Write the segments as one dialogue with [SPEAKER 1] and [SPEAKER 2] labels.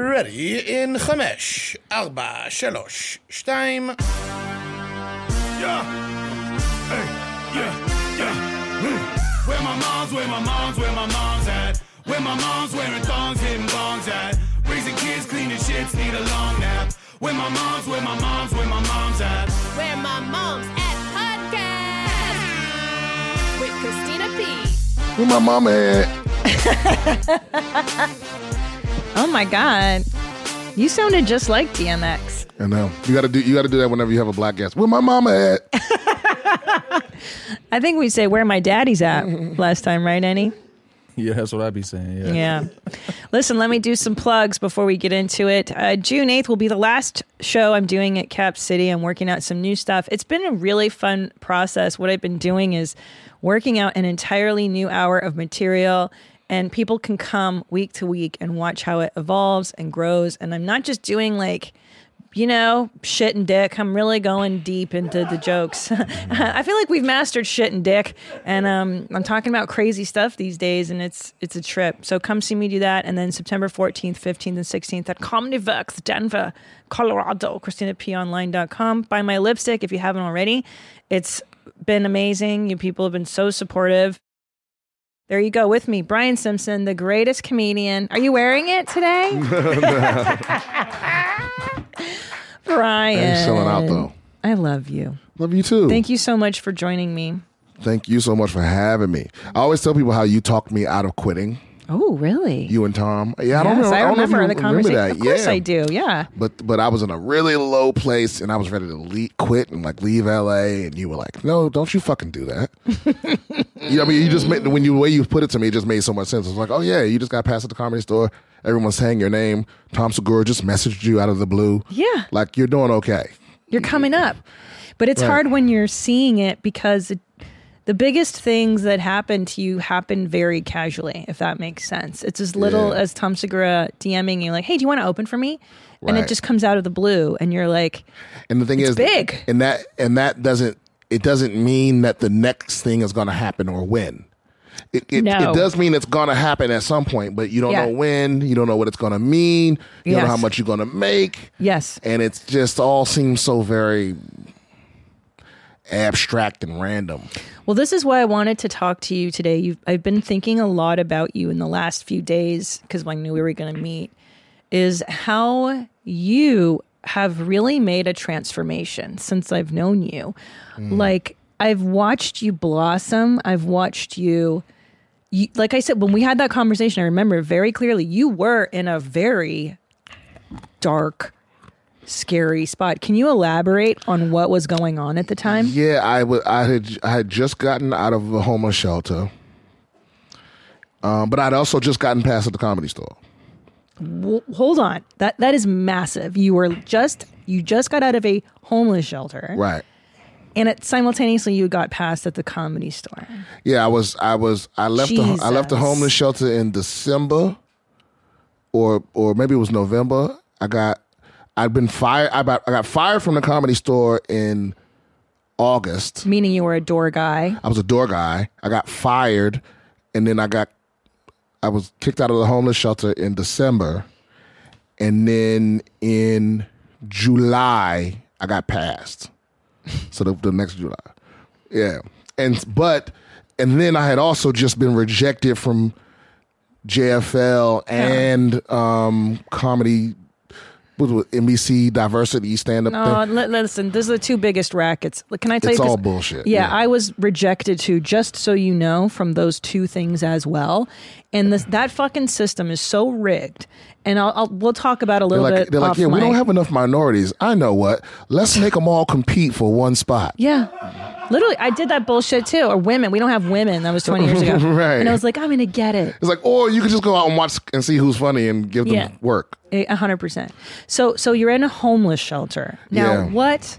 [SPEAKER 1] Ready in חמש, ארבע, שלוש, שתיים.
[SPEAKER 2] Yeah. Hey, yeah, yeah. Mm. Where my mom's, where my mom's, where my mom's at. Where my mom's wearing thongs, hitting bongs at. Raising kids, cleaning shits, need a long nap. Where my mom's, where my mom's, where my mom's at.
[SPEAKER 3] Where My Mom's at Podcast with Christina P.
[SPEAKER 4] Where my mama at?
[SPEAKER 5] Oh my god. You sounded just like DMX.
[SPEAKER 4] I know. You gotta do you gotta do that whenever you have a black guest. Where my mama at?
[SPEAKER 5] I think we say where my daddy's at last time, right, Annie?
[SPEAKER 6] Yeah, that's what I'd be saying. Yeah.
[SPEAKER 5] Yeah. Listen, let me do some plugs before we get into it. Uh, June 8th will be the last show I'm doing at Cap City. I'm working out some new stuff. It's been a really fun process. What I've been doing is working out an entirely new hour of material, and people can come week to week and watch how it evolves and grows. And I'm not just doing like, you know, shit and dick. I'm really going deep into the jokes. I feel like we've mastered shit and dick, and um, I'm talking about crazy stuff these days, and it's it's a trip. So come see me do that, and then September 14th, 15th, and 16th at Comedy Works, Denver, Colorado. ChristinaPOnline.com. Buy my lipstick if you haven't already. It's been amazing. You people have been so supportive. There you go with me, Brian Simpson, the greatest comedian. Are you wearing it today? Brian.
[SPEAKER 4] He's selling out though.
[SPEAKER 5] I love you.
[SPEAKER 4] Love you too.
[SPEAKER 5] Thank you so much for joining me.
[SPEAKER 4] Thank you so much for having me. I always tell people how you talked me out of quitting.
[SPEAKER 5] Oh, really?
[SPEAKER 4] You and Tom. Yeah, I don't
[SPEAKER 5] yes,
[SPEAKER 4] know.
[SPEAKER 5] I
[SPEAKER 4] don't know if
[SPEAKER 5] remember
[SPEAKER 4] you
[SPEAKER 5] the conversation.
[SPEAKER 4] Remember that.
[SPEAKER 5] Of course,
[SPEAKER 4] yeah.
[SPEAKER 5] I do. Yeah.
[SPEAKER 4] But but I was in a really low place and I was ready to le quit and like leave LA and you were like, no, don't you fucking do that. you know, I mean, you just made when you the way you put it to me, it just made so much sense. It was like, oh yeah, you just got passed at the comedy store. Everyone's saying your name. Tom Segura just messaged you out of the blue.
[SPEAKER 5] Yeah.
[SPEAKER 4] like you're doing okay.
[SPEAKER 5] You're coming up. But it's hard when you're seeing it because it, the biggest things that happen to you happen very casually, if that makes sense. It's as little
[SPEAKER 4] Yeah.
[SPEAKER 5] as Tom Segura DMing you, like, hey, do you want to open for me? And it
[SPEAKER 4] Right.
[SPEAKER 5] just comes out of the blue. And you're like,
[SPEAKER 4] And the thing
[SPEAKER 5] It's
[SPEAKER 4] is,
[SPEAKER 5] big.
[SPEAKER 4] and that and that doesn't it doesn't mean that the next thing is going to happen or when. It it,
[SPEAKER 5] No.
[SPEAKER 4] it does mean it's going to happen at some point, but you don't
[SPEAKER 5] Yeah.
[SPEAKER 4] know when. You don't know what it's going to mean. You don't know how
[SPEAKER 5] Yes.
[SPEAKER 4] much you're going to make,
[SPEAKER 5] yes.
[SPEAKER 4] and it's just all seems so very abstract and random.
[SPEAKER 5] Well, this is why I wanted to talk to you today. You've, I've been thinking a lot about you in the last few days because I knew we were going to meet. Is how you have really made a transformation since I've known you. Like I've watched you blossom. I've watched you. You, like I said, when we had that conversation, I remember very clearly you were in a very dark, scary spot. Can you elaborate on what was going on at the time?
[SPEAKER 4] Yeah, I wa- I had I had just gotten out of a homeless shelter, um, but I'd also just gotten past at the comedy store.
[SPEAKER 5] Well, hold on. That that is massive. You were just you just got out of a homeless shelter,
[SPEAKER 4] Right.
[SPEAKER 5] and it, simultaneously you got passed at the comedy store.
[SPEAKER 4] Yeah, I was. I was. I left. The, I left the
[SPEAKER 5] Jesus.
[SPEAKER 4] homeless shelter in December, or or maybe it was November. I got. I'd been fired. I got, I got fired from the comedy store in August.
[SPEAKER 5] Meaning you were a door guy.
[SPEAKER 4] I was a door guy. I got fired, and then I got. I was kicked out of the homeless shelter in December, and then in July I got passed. So the, the next July. Yeah. And but and then I had also just been rejected from JFL and um comedy what was it, NBC diversity stand up
[SPEAKER 5] Oh, li- listen, those are the two biggest rackets. Like, Can I tell
[SPEAKER 4] It's
[SPEAKER 5] you? 'cause-
[SPEAKER 4] all bullshit,
[SPEAKER 5] Yeah,
[SPEAKER 4] yeah.
[SPEAKER 5] I was rejected too. Just so you know, from those two things as well. And this, that fucking system is so rigged. And I'll, I'll we'll talk about a
[SPEAKER 4] They're
[SPEAKER 5] little
[SPEAKER 4] like,
[SPEAKER 5] bit.
[SPEAKER 4] they're like
[SPEAKER 5] off
[SPEAKER 4] yeah, we don't
[SPEAKER 5] mic.
[SPEAKER 4] have enough minorities. I know what. Let's make them all compete for one spot.
[SPEAKER 5] Yeah. Literally, I did that bullshit too. Or women. We don't have women. That was 20 years ago.
[SPEAKER 4] Right.
[SPEAKER 5] And I was like, I'm going to get it.
[SPEAKER 4] It's like, or you could just go out and watch and see who's funny and give them
[SPEAKER 5] Yeah.
[SPEAKER 4] work.
[SPEAKER 5] A 100%. So, so you're in a homeless shelter. Now,
[SPEAKER 4] Yeah.
[SPEAKER 5] what?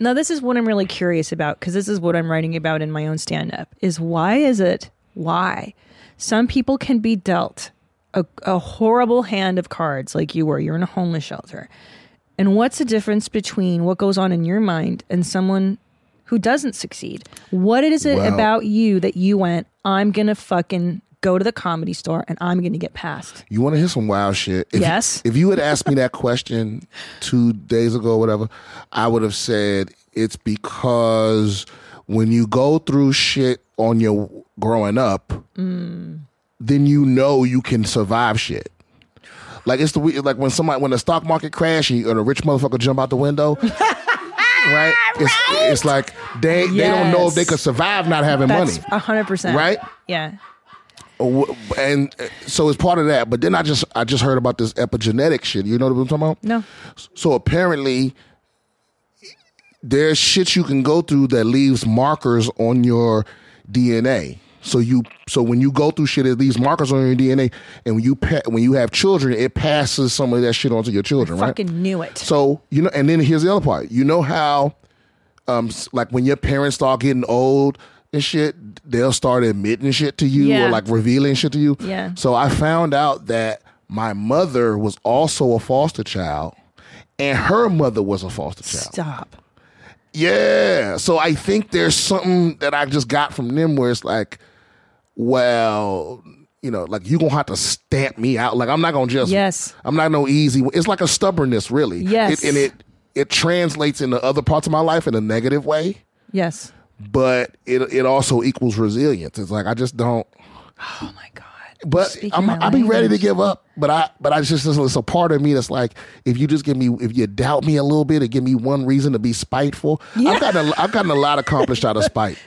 [SPEAKER 5] Now, this is what I'm really curious about because this is what I'm writing about in my own stand up is why is it, why? Some people can be dealt a, a horrible hand of cards like you were. You're in a homeless shelter. And what's the difference between what goes on in your mind and someone who doesn't succeed? What is it
[SPEAKER 4] Well-
[SPEAKER 5] about you that you went, I'm going to fucking go to the comedy store and I'm going to get passed.
[SPEAKER 4] You want to hear some wild shit? If,
[SPEAKER 5] Yes.
[SPEAKER 4] If you had asked me that question two days ago, or whatever, I would have said it's because when you go through shit on your growing up,
[SPEAKER 5] Mm.
[SPEAKER 4] then you know you can survive shit. Like it's the we- like when somebody when the stock market crash and, you, and a rich motherfucker jump out the window. Right? It's, it's like they they don't know if they
[SPEAKER 5] Yes.
[SPEAKER 4] could survive not having
[SPEAKER 5] That's
[SPEAKER 4] money.
[SPEAKER 5] a hundred percent
[SPEAKER 4] Right?
[SPEAKER 5] Yeah.
[SPEAKER 4] Wh- and uh, so it's part of that. But then I just I just heard about this epigenetic shit. You know what I'm talking about?
[SPEAKER 5] No.
[SPEAKER 4] So apparently, there's shit you can go through that leaves markers on your DNA. So you so when you go through shit, it leaves markers on your DNA, and when you pa- when you have children, it passes some of that shit onto your children, right?
[SPEAKER 5] Fucking knew it.
[SPEAKER 4] So you know, and then here's the other part. You know how, um, s- like when your parents start getting old and shit, they'll start admitting shit to you
[SPEAKER 5] Yeah.
[SPEAKER 4] or like revealing shit to you.
[SPEAKER 5] Yeah.
[SPEAKER 4] So I found out that my mother was also a foster child, and her mother was a foster child.
[SPEAKER 5] Stop.
[SPEAKER 4] Yeah. So I think there's something that I just got from them where it's like, well, you know, like you gonna have to stamp me out. Like I'm not gonna just.
[SPEAKER 5] Yes.
[SPEAKER 4] I'm not no easy. It's like a stubbornness, really.
[SPEAKER 5] Yes.
[SPEAKER 4] It, and it it translates into other parts of my life in a negative way,
[SPEAKER 5] Yes.
[SPEAKER 4] but it it also equals resilience. It's like I just don't.
[SPEAKER 5] Oh my god.
[SPEAKER 4] But
[SPEAKER 5] Speaking
[SPEAKER 4] I'm,
[SPEAKER 5] my
[SPEAKER 4] I'll be ready to
[SPEAKER 5] language.
[SPEAKER 4] give up. But I, but I just it's a part of me that's like, if you just give me, if you doubt me a little bit, or give me one reason to be spiteful, I've gotten, a, I've gotten a lot accomplished out of spite.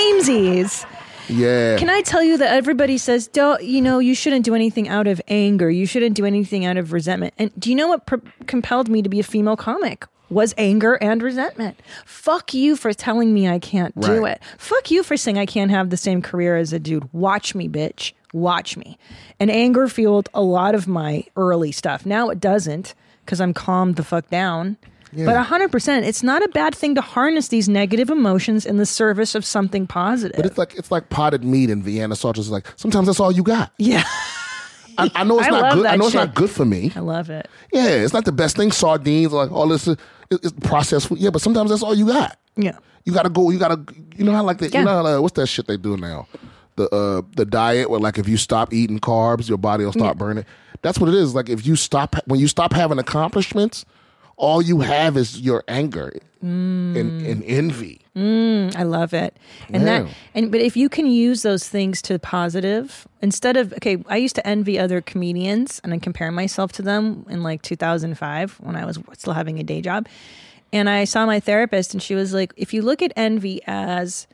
[SPEAKER 5] Samesies.
[SPEAKER 4] Yeah.
[SPEAKER 5] Can I tell you that everybody says, don't, you know, you shouldn't do anything out of anger. You shouldn't do anything out of resentment. And do you know what pr- compelled me to be a female comic? Was anger and resentment. Fuck you for telling me I can't do
[SPEAKER 4] Right.
[SPEAKER 5] it. Fuck you for saying I can't have the same career as a dude. Watch me, bitch. Watch me. And anger fueled a lot of my early stuff. Now it doesn't because I'm calmed the fuck down. But 100%, it's not a bad thing to harness these negative emotions in the service of something positive.
[SPEAKER 4] But it's like it's like potted meat and Vienna sausage. It's like sometimes that's all you got.
[SPEAKER 5] yeah.
[SPEAKER 4] I, I know it's
[SPEAKER 5] I
[SPEAKER 4] not
[SPEAKER 5] love
[SPEAKER 4] good. I
[SPEAKER 5] that
[SPEAKER 4] know it's
[SPEAKER 5] shit.
[SPEAKER 4] not good for me.
[SPEAKER 5] I love it.
[SPEAKER 4] Yeah, it's not the best thing. Sardines, like all this uh, it- it's processed food. Yeah, but sometimes that's all you got.
[SPEAKER 5] Yeah.
[SPEAKER 4] You gotta go. You gotta. You know how like the,
[SPEAKER 5] Yeah.
[SPEAKER 4] you know how, like, what's that shit they do now? The uh the diet where like if you stop eating carbs, your body will stop burning. That's what it is. Like if you stop when you stop having accomplishments, all you have is your anger
[SPEAKER 5] Mm.
[SPEAKER 4] and, and envy.
[SPEAKER 5] I love it. And
[SPEAKER 4] Yeah.
[SPEAKER 5] that and but if you can use those things to positive instead of okay, I used to envy other comedians and I compare myself to them in like 2005 when I was still having a day job. And I saw my therapist and she was like, if you look at envy as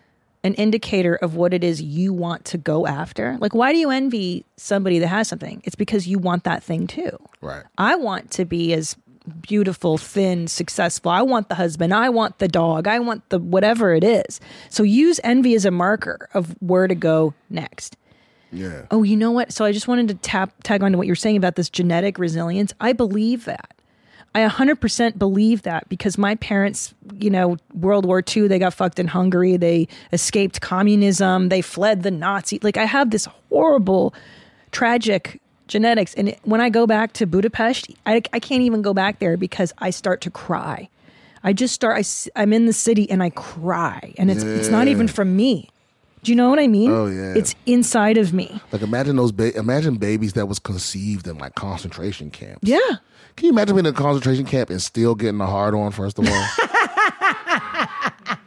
[SPEAKER 5] an indicator of what it is you want to go after. Like why do you envy somebody that has something? It's because you want that thing too.
[SPEAKER 4] Right.
[SPEAKER 5] I want to be as beautiful, thin, successful. I want the husband. I want the dog. I want the whatever it is. So use envy as a marker of where to go next.
[SPEAKER 4] Yeah.
[SPEAKER 5] Oh, you know what? So I just wanted to tap tag on to what you're saying about this genetic resilience. I believe that. I 100% believe that because my parents, you know, World War II, they got fucked in Hungary. They escaped communism. They fled the Nazi. Like, I have this horrible, tragic genetics. And it- when I go back to Budapest, I, I can't even go back there because I start to cry. I just start, I, s- I'm in the city and I cry. And it's, it's not even from me. Do you know what I mean?
[SPEAKER 4] Oh, yeah.
[SPEAKER 5] It's inside of me.
[SPEAKER 4] Like imagine those ba- imagine babies that was conceived in like concentration camps.
[SPEAKER 5] Yeah.
[SPEAKER 4] Can you imagine being in a concentration camp and still getting a hard on first of all? I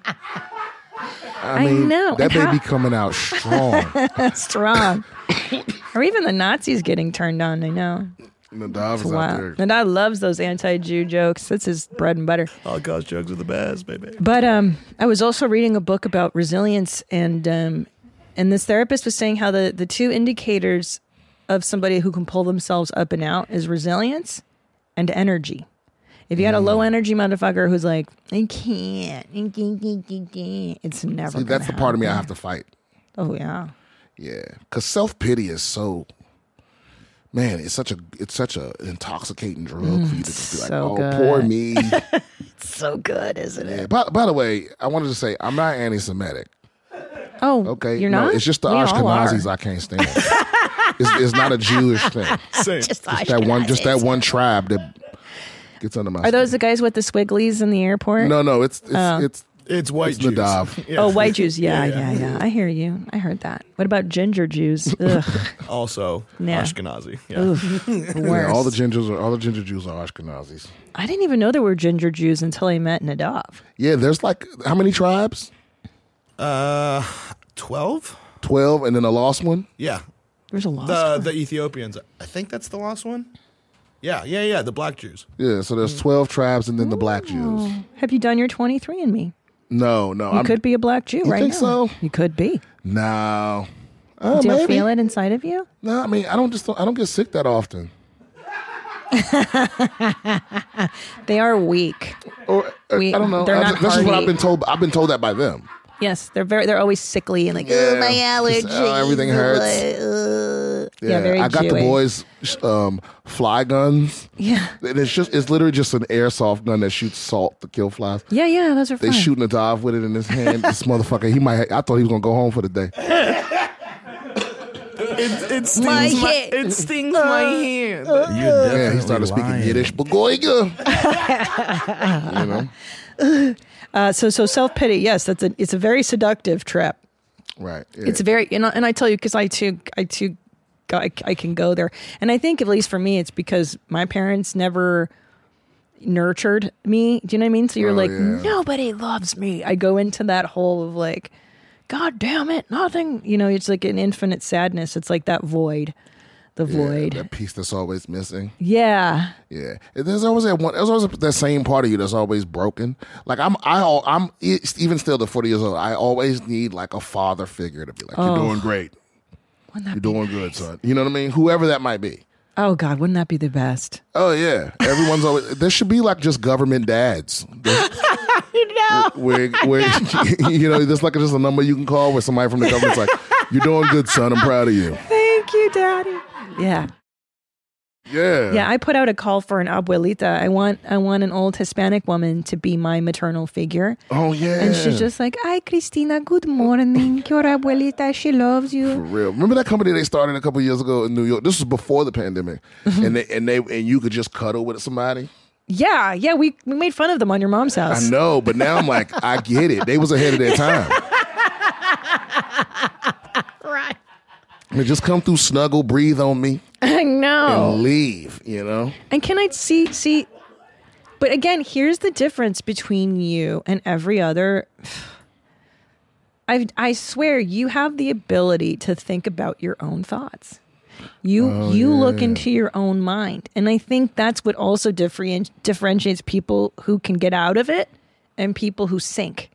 [SPEAKER 5] I know.
[SPEAKER 4] That
[SPEAKER 5] And how-
[SPEAKER 4] baby coming out strong.
[SPEAKER 5] Strong. or even the Nazis getting turned on, I know.
[SPEAKER 4] Nadav is
[SPEAKER 5] Wow.
[SPEAKER 4] out there.
[SPEAKER 5] Nadal loves those anti Jew jokes. That's his bread and butter.
[SPEAKER 2] Holocaust jokes Oh, are the best, baby.
[SPEAKER 5] But um, I was also reading a book about resilience, and um, and this therapist was saying how the, the two indicators of somebody who can pull themselves up and out is resilience and energy. If you got a
[SPEAKER 4] Mm.
[SPEAKER 5] low energy motherfucker who's like, I can't, I can't, I can't, I can't," it's never.
[SPEAKER 4] See, that's the
[SPEAKER 5] gonna
[SPEAKER 4] part of me I have
[SPEAKER 5] happen.
[SPEAKER 4] to fight.
[SPEAKER 5] Oh yeah,
[SPEAKER 4] Yeah, because self pity is so. Man, it's such a it's such a intoxicating drug for you to just be like,
[SPEAKER 5] Mm, so
[SPEAKER 4] oh,
[SPEAKER 5] good.
[SPEAKER 4] poor me.
[SPEAKER 5] so good, isn't it?
[SPEAKER 4] Yeah, by, by the way, I wanted to say I'm not anti-Semitic.
[SPEAKER 5] Oh,
[SPEAKER 4] Okay,
[SPEAKER 5] you're
[SPEAKER 4] no,
[SPEAKER 5] not.
[SPEAKER 4] It's just the
[SPEAKER 5] We all are.
[SPEAKER 4] Ashkenazis I can't stand. it's, it's not a Jewish thing.
[SPEAKER 2] Same.
[SPEAKER 4] Just that one, just that one tribe that gets under my.
[SPEAKER 5] Are those Oh.
[SPEAKER 4] skin.
[SPEAKER 5] the guys with the squigglies in the airport?
[SPEAKER 4] No, no, it's it's, it's
[SPEAKER 2] It's white
[SPEAKER 4] It's
[SPEAKER 2] juice.
[SPEAKER 4] Nadav.
[SPEAKER 2] Yeah.
[SPEAKER 5] Oh, white Jews. Yeah,
[SPEAKER 2] Yeah,
[SPEAKER 5] yeah,
[SPEAKER 2] yeah.
[SPEAKER 5] yeah, I hear you. I heard that. What about ginger Jews? Ugh,
[SPEAKER 2] Also
[SPEAKER 5] Yeah.
[SPEAKER 2] Ashkenazi. Yeah.
[SPEAKER 4] Yeah, all the
[SPEAKER 5] worse.
[SPEAKER 4] gingers are all the ginger Jews are Ashkenazis.
[SPEAKER 5] I didn't even know there were ginger Jews until I met Nadav.
[SPEAKER 4] Yeah, there's like how many tribes?
[SPEAKER 2] Uh, twelve.
[SPEAKER 4] Twelve, and then a lost one.
[SPEAKER 2] Yeah.
[SPEAKER 5] There's a lot.
[SPEAKER 2] The the Ethiopians. I think that's the last one. Yeah, yeah, yeah. The black Jews.
[SPEAKER 4] Yeah, so
[SPEAKER 5] Mm.
[SPEAKER 4] there's twelve tribes, and then the black Jews.
[SPEAKER 5] Have you done your 23 and me?
[SPEAKER 4] No, no,
[SPEAKER 5] You
[SPEAKER 4] I'm,
[SPEAKER 5] could be a black Jew right
[SPEAKER 4] think
[SPEAKER 5] now.
[SPEAKER 4] so?
[SPEAKER 5] You could be.
[SPEAKER 4] no. Oh,
[SPEAKER 5] Do you
[SPEAKER 4] maybe.
[SPEAKER 5] feel it inside of you?
[SPEAKER 4] No, I mean I don't just I don't get sick that often.
[SPEAKER 5] They are weak.
[SPEAKER 4] Or uh,
[SPEAKER 5] We-
[SPEAKER 4] I don't know.
[SPEAKER 5] they're
[SPEAKER 4] I
[SPEAKER 5] not
[SPEAKER 4] just- this is what I've
[SPEAKER 5] hardy.
[SPEAKER 4] been told. I've been told that by them.
[SPEAKER 5] Yes, they're very. They're always sickly and like oh,
[SPEAKER 4] Yeah.
[SPEAKER 5] my allergies.
[SPEAKER 4] Just, oh, everything hurts.
[SPEAKER 5] uh, uh." Yeah, very.
[SPEAKER 4] I got the
[SPEAKER 5] Jewy.
[SPEAKER 4] boys sh- um, fly guns.
[SPEAKER 5] Yeah,
[SPEAKER 4] And it's just it's literally just an airsoft gun that shoots salt to kill flies.
[SPEAKER 5] yeah, yeah. Those are
[SPEAKER 4] They
[SPEAKER 5] fun.
[SPEAKER 4] shooting a dive with it in his hand. this motherfucker, he might. I thought he was gonna go home for the day.
[SPEAKER 2] It, it stings
[SPEAKER 5] My head.
[SPEAKER 2] it stings my hand.
[SPEAKER 6] You're definitely
[SPEAKER 4] Yeah, he started speaking
[SPEAKER 6] lying.
[SPEAKER 4] Yiddish. Bogoiga. you know,
[SPEAKER 5] Uh, so, so self pity. Yes, that's a. It's a very seductive trip.
[SPEAKER 4] right? yeah.
[SPEAKER 5] It's very. And I, and I tell you because I too. I too. go- I, I can go there, and I think at least for me, it's because my parents never nurtured me. Do you know what I mean? So you're
[SPEAKER 4] Oh,
[SPEAKER 5] like,
[SPEAKER 4] yeah.
[SPEAKER 5] nobody loves me. I go into that hole of like, God damn it, nothing. You know, it's like an infinite sadness. It's like that void, the
[SPEAKER 4] Yeah,
[SPEAKER 5] void.
[SPEAKER 4] that piece that's always missing.
[SPEAKER 5] Yeah.
[SPEAKER 4] Yeah, there's always that one. There's always that same part of you that's always broken. Like I'm, I, al- I'm it's even still the forty years old. I always need like a father figure to be like, "You're doing great.
[SPEAKER 5] Wouldn't that
[SPEAKER 4] You're doing
[SPEAKER 5] be
[SPEAKER 4] good, son." You know what I mean? Whoever that might be.
[SPEAKER 5] Oh God, wouldn't that be the best?
[SPEAKER 4] Oh yeah, everyone's always. There should be like just government dads.
[SPEAKER 5] No.
[SPEAKER 4] where, where you know, there's like just a number you can call where somebody from the government's like, "You're doing good, son. I'm proud of you."
[SPEAKER 5] Thank you, Daddy. Yeah.
[SPEAKER 4] Yeah,
[SPEAKER 5] Yeah, I put out a call for an abuelita. I want I want an old Hispanic woman to be my maternal figure.
[SPEAKER 4] Oh yeah,
[SPEAKER 5] And she's just like, Hi Cristina, good morning. Your abuelita, she loves
[SPEAKER 4] For
[SPEAKER 5] you.
[SPEAKER 4] real. Remember that company they started a couple years ago in New York? This was before the pandemic, and they and they and you could just cuddle with somebody.
[SPEAKER 5] Yeah, yeah, we, we made fun of them on your mom's house.
[SPEAKER 4] I know, but now I'm like, I get it. They was ahead of their time.
[SPEAKER 5] Right.
[SPEAKER 4] I mean, just come through, snuggle, breathe on me,
[SPEAKER 5] I know.
[SPEAKER 4] and leave. You know,
[SPEAKER 5] And can I see see but again, here's the difference between you and every other I I swear you have the ability to think about your own thoughts. You
[SPEAKER 4] Oh,
[SPEAKER 5] you look into your own mind. And I think that's what also differenti- differentiates people who can get out of it and people who sink.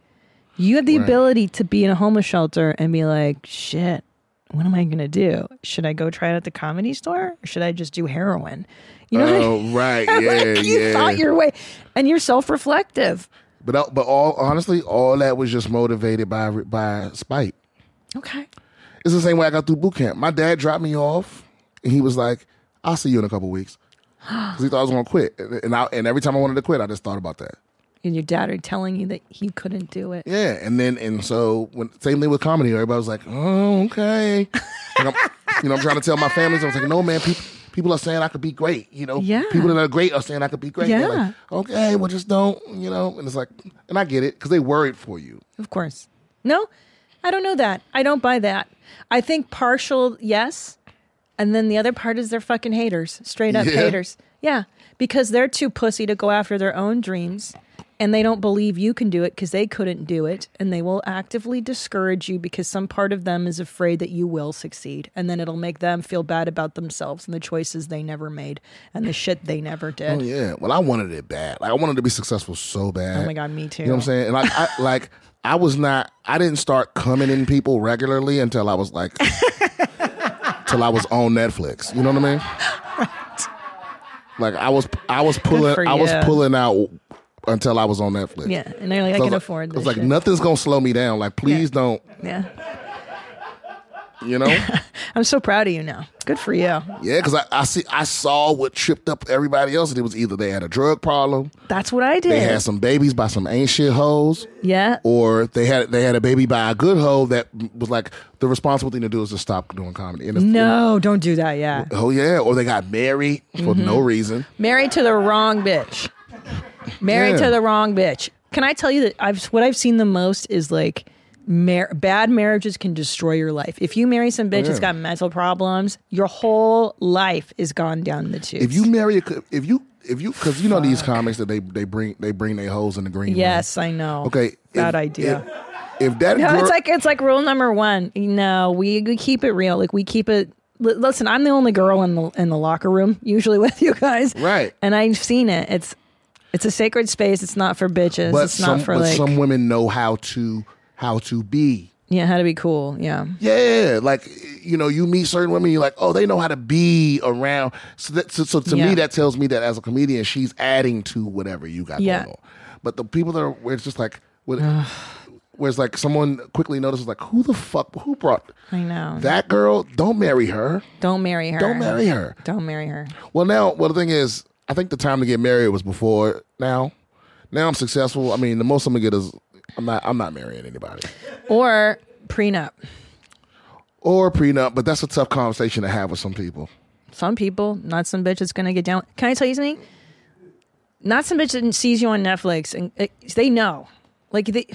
[SPEAKER 5] You have the ability to be in a homeless shelter and be like, shit, what am I going to do? Should I go try it at the comedy store or should I just do heroin? You know what I
[SPEAKER 4] Oh,
[SPEAKER 5] mean?
[SPEAKER 4] right, yeah,
[SPEAKER 5] like you
[SPEAKER 4] yeah.
[SPEAKER 5] thought your way and you're self-reflective.
[SPEAKER 4] but all- but all honestly, all that was just motivated by by spite.
[SPEAKER 5] Okay.
[SPEAKER 4] It's the same way I got through boot camp. My dad dropped me off, and he was like, "I'll see you in a couple weeks," because he thought I was gonna quit. And and, I, and every time I wanted to quit, I just thought about that.
[SPEAKER 5] And your dad are telling you that he couldn't do it.
[SPEAKER 4] Yeah, and then and so when same thing with comedy, everybody was like, "Oh, okay," Like, I'm, you know. I'm trying to tell my families, I was like, "No, man, people." People are saying I could be great, you know.
[SPEAKER 5] Yeah.
[SPEAKER 4] People that are great are saying I could be great. They're
[SPEAKER 5] Yeah.
[SPEAKER 4] Like, okay, well, just don't, you know. And it's like, and I get it because they worried for you.
[SPEAKER 5] Of course. No, I don't know that. I don't buy that. I think partial, yes. And then the other part is they're fucking haters, straight up
[SPEAKER 4] Yeah.
[SPEAKER 5] haters. Yeah. Because they're too pussy to go after their own dreams and they don't believe you can do it because they couldn't do it. And they will actively discourage you because some part of them is afraid that you will succeed. And then it'll make them feel bad about themselves and the choices they never made and the shit they never did.
[SPEAKER 4] Oh yeah. Well, I wanted it bad. Like I wanted to be successful so bad.
[SPEAKER 5] Oh my God, me too.
[SPEAKER 4] You know what I'm saying? And like, I like I was not. I didn't start coming in people regularly until I was like, till I was on Netflix. You know what I mean? Like I was, I was pulling,
[SPEAKER 5] for
[SPEAKER 4] I was
[SPEAKER 5] you.
[SPEAKER 4] pulling out until I was on Netflix.
[SPEAKER 5] Yeah. And they're like, I
[SPEAKER 4] So
[SPEAKER 5] can
[SPEAKER 4] was
[SPEAKER 5] afford
[SPEAKER 4] like,
[SPEAKER 5] this.
[SPEAKER 4] I was like,
[SPEAKER 5] shit.
[SPEAKER 4] nothing's gonna slow me down. Like, please don't.
[SPEAKER 5] Yeah.
[SPEAKER 4] You know?
[SPEAKER 5] I'm so proud of you now. Good for you.
[SPEAKER 4] yeah, because I, I see, I saw what tripped up everybody else, and it was either they had a drug problem,
[SPEAKER 5] That's what I did.
[SPEAKER 4] they had some babies by some ain't shit hoes.
[SPEAKER 5] yeah.
[SPEAKER 4] or they had they had a baby by a good hoe that was like the responsible thing to do is to stop doing comedy. And if-
[SPEAKER 5] no, don't do that. Yeah.
[SPEAKER 4] oh yeah, or they got
[SPEAKER 5] Mm-hmm.
[SPEAKER 4] married for no reason.
[SPEAKER 5] Married to the wrong bitch. Married
[SPEAKER 4] Yeah.
[SPEAKER 5] to the wrong bitch. Can I tell you that I've what I've seen the most is like mar- bad marriages can destroy your life. If you marry some bitch that's
[SPEAKER 4] yeah.
[SPEAKER 5] got mental problems, your whole life is gone down the tubes.
[SPEAKER 4] If you marry, a co- if you if you because you know these comics that they they bring they bring their hoes in the green. room.
[SPEAKER 5] yes, I know.
[SPEAKER 4] Okay. if-
[SPEAKER 5] bad idea.
[SPEAKER 4] If, if that
[SPEAKER 5] No,
[SPEAKER 4] girl,
[SPEAKER 5] it's like it's like rule number one. No, we, we keep it real. Like we keep it. li- Listen, I'm the only girl in the in the locker room usually with you guys,
[SPEAKER 4] Right.
[SPEAKER 5] And I've seen it. It's it's a sacred space. It's not for bitches.
[SPEAKER 4] but
[SPEAKER 5] it's
[SPEAKER 4] some
[SPEAKER 5] not for
[SPEAKER 4] but
[SPEAKER 5] like
[SPEAKER 4] some women know how to how to be.
[SPEAKER 5] yeah, how to be cool. Yeah,
[SPEAKER 4] Yeah, like you know, you meet certain women, you're like, oh, they know how to be around. So, that, so, so to
[SPEAKER 5] Yeah.
[SPEAKER 4] me, that tells me that as a comedian, she's adding to whatever you got
[SPEAKER 5] Yeah.
[SPEAKER 4] going on. But the people that are, where it's just like, what, where it's like someone quickly notices, like, who the fuck, who brought
[SPEAKER 5] I know.
[SPEAKER 4] that girl? Don't marry her.
[SPEAKER 5] don't marry her.
[SPEAKER 4] Don't marry her.
[SPEAKER 5] Don't marry her.
[SPEAKER 4] Well, now, well, the thing is, I think the time to get married was before now. Now I'm successful. I mean, the most I'm gonna get is I'm not I'm not marrying anybody
[SPEAKER 5] Or prenup.
[SPEAKER 4] or a prenup, but that's a tough conversation to have with some people.
[SPEAKER 5] Some people, not some bitch that's gonna get down. Can I tell you something? Not some bitch that sees you on Netflix and uh, they know. Like they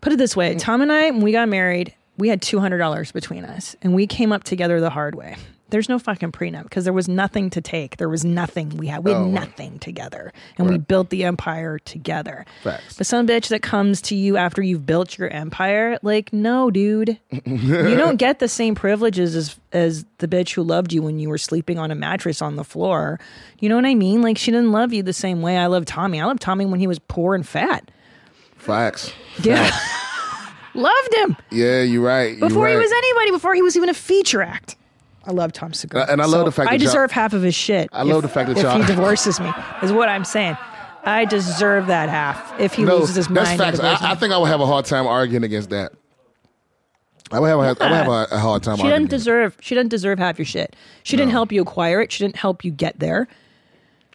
[SPEAKER 5] put it this way: Tom and I, when we got married, we had two hundred dollars between us, and we came up together the hard way. There's no fucking prenup because there was nothing to take. There was nothing we had. We had nothing together, and we built the empire together.
[SPEAKER 4] Facts.
[SPEAKER 5] But some bitch that comes to you after you've built your empire, like, no, dude, you don't get the same privileges as as the bitch who loved you when you were sleeping on a mattress on the floor. You know what I mean? Like, she didn't love you the same way I love Tommy. I love Tommy when he was poor and fat.
[SPEAKER 4] Facts.
[SPEAKER 5] Yeah. Loved him
[SPEAKER 4] Yeah, you're right. you're
[SPEAKER 5] before he
[SPEAKER 4] right.
[SPEAKER 5] was anybody, before he was even a feature act. I love Tom
[SPEAKER 4] Uh,
[SPEAKER 5] Segura,
[SPEAKER 4] And I- and I love the fact
[SPEAKER 5] I
[SPEAKER 4] that y'all-
[SPEAKER 5] deserve half of his shit.
[SPEAKER 4] I love
[SPEAKER 5] if-
[SPEAKER 4] the fact that
[SPEAKER 5] if
[SPEAKER 4] y'all-
[SPEAKER 5] he divorces me is what I'm saying. I deserve that half if he
[SPEAKER 4] no,
[SPEAKER 5] loses his
[SPEAKER 4] that's
[SPEAKER 5] mind. and
[SPEAKER 4] facts. I, I
[SPEAKER 5] divorces me.
[SPEAKER 4] think I would have a hard time arguing against that. I would have a, I would have a, a hard time.
[SPEAKER 5] she
[SPEAKER 4] arguing
[SPEAKER 5] doesn't
[SPEAKER 4] against
[SPEAKER 5] deserve. She doesn't deserve half your shit. She didn't help you acquire it. She didn't help you get there.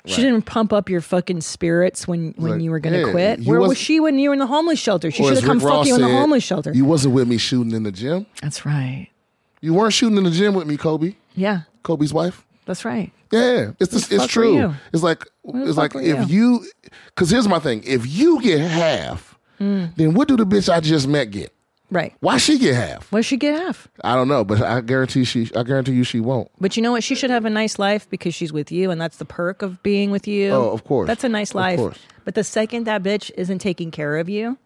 [SPEAKER 5] She didn't pump up your fucking spirits when, when
[SPEAKER 4] Like,
[SPEAKER 5] you were gonna
[SPEAKER 4] yeah,
[SPEAKER 5] quit.
[SPEAKER 4] you
[SPEAKER 5] Where was
[SPEAKER 4] wasn't-
[SPEAKER 5] she when you were in the homeless shelter?
[SPEAKER 4] it.
[SPEAKER 5] She
[SPEAKER 4] Or
[SPEAKER 5] should
[SPEAKER 4] as
[SPEAKER 5] have come
[SPEAKER 4] Rick
[SPEAKER 5] fuck
[SPEAKER 4] Ross
[SPEAKER 5] you in the
[SPEAKER 4] said,
[SPEAKER 5] homeless shelter.
[SPEAKER 4] You wasn't with me shooting in the gym.
[SPEAKER 5] that's right.
[SPEAKER 4] You weren't shooting in the gym with me, Kobe.
[SPEAKER 5] Yeah,
[SPEAKER 4] Kobe's wife.
[SPEAKER 5] that's right.
[SPEAKER 4] Yeah, it's just,
[SPEAKER 5] the
[SPEAKER 4] it's
[SPEAKER 5] fuck were you?
[SPEAKER 4] true. It's like
[SPEAKER 5] the
[SPEAKER 4] it's like
[SPEAKER 5] fuck were
[SPEAKER 4] if you, because here's my thing: if you get half,
[SPEAKER 5] Mm.
[SPEAKER 4] then what do the bitch I just met get?
[SPEAKER 5] Right.
[SPEAKER 4] Why she get half?
[SPEAKER 5] What she get half?
[SPEAKER 4] I don't know, but I guarantee she. I guarantee you she won't.
[SPEAKER 5] But you know what? She should have a nice life because she's with you, and that's the perk of being with you.
[SPEAKER 4] Oh, of course.
[SPEAKER 5] That's a nice
[SPEAKER 4] Of
[SPEAKER 5] life.
[SPEAKER 4] course.
[SPEAKER 5] But the second that bitch isn't taking care of you,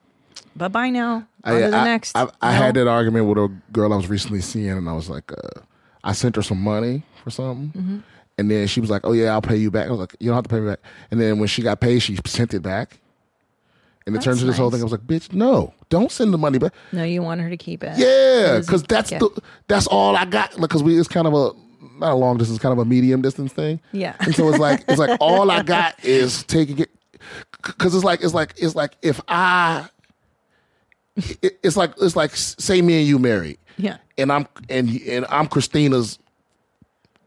[SPEAKER 5] bye bye now. On
[SPEAKER 4] I,
[SPEAKER 5] to the
[SPEAKER 4] I-
[SPEAKER 5] next.
[SPEAKER 4] I, I
[SPEAKER 5] No.
[SPEAKER 4] had that argument with a girl I was recently seeing, and I was like, uh, I sent her some money for something,
[SPEAKER 5] Mm-hmm.
[SPEAKER 4] and then she was like, "Oh yeah, I'll pay you back." I was like, "You don't have to pay me back." And then when she got paid, she sent it back, and it turned into this whole
[SPEAKER 5] nice.
[SPEAKER 4] thing. I was like, "Bitch, no, don't send the money back."
[SPEAKER 5] No, you want her to keep it.
[SPEAKER 4] Yeah, because
[SPEAKER 5] Because
[SPEAKER 4] that's
[SPEAKER 5] yeah.
[SPEAKER 4] the that's all I got. Because we it's kind of a not a long distance, kind of a medium distance thing.
[SPEAKER 5] Yeah.
[SPEAKER 4] and so it's like it's like all I got is taking it. Because it's like it's like it's like if I, it- it's like it's like say me and you married.
[SPEAKER 5] Yeah.
[SPEAKER 4] and I'm and and I'm Christina's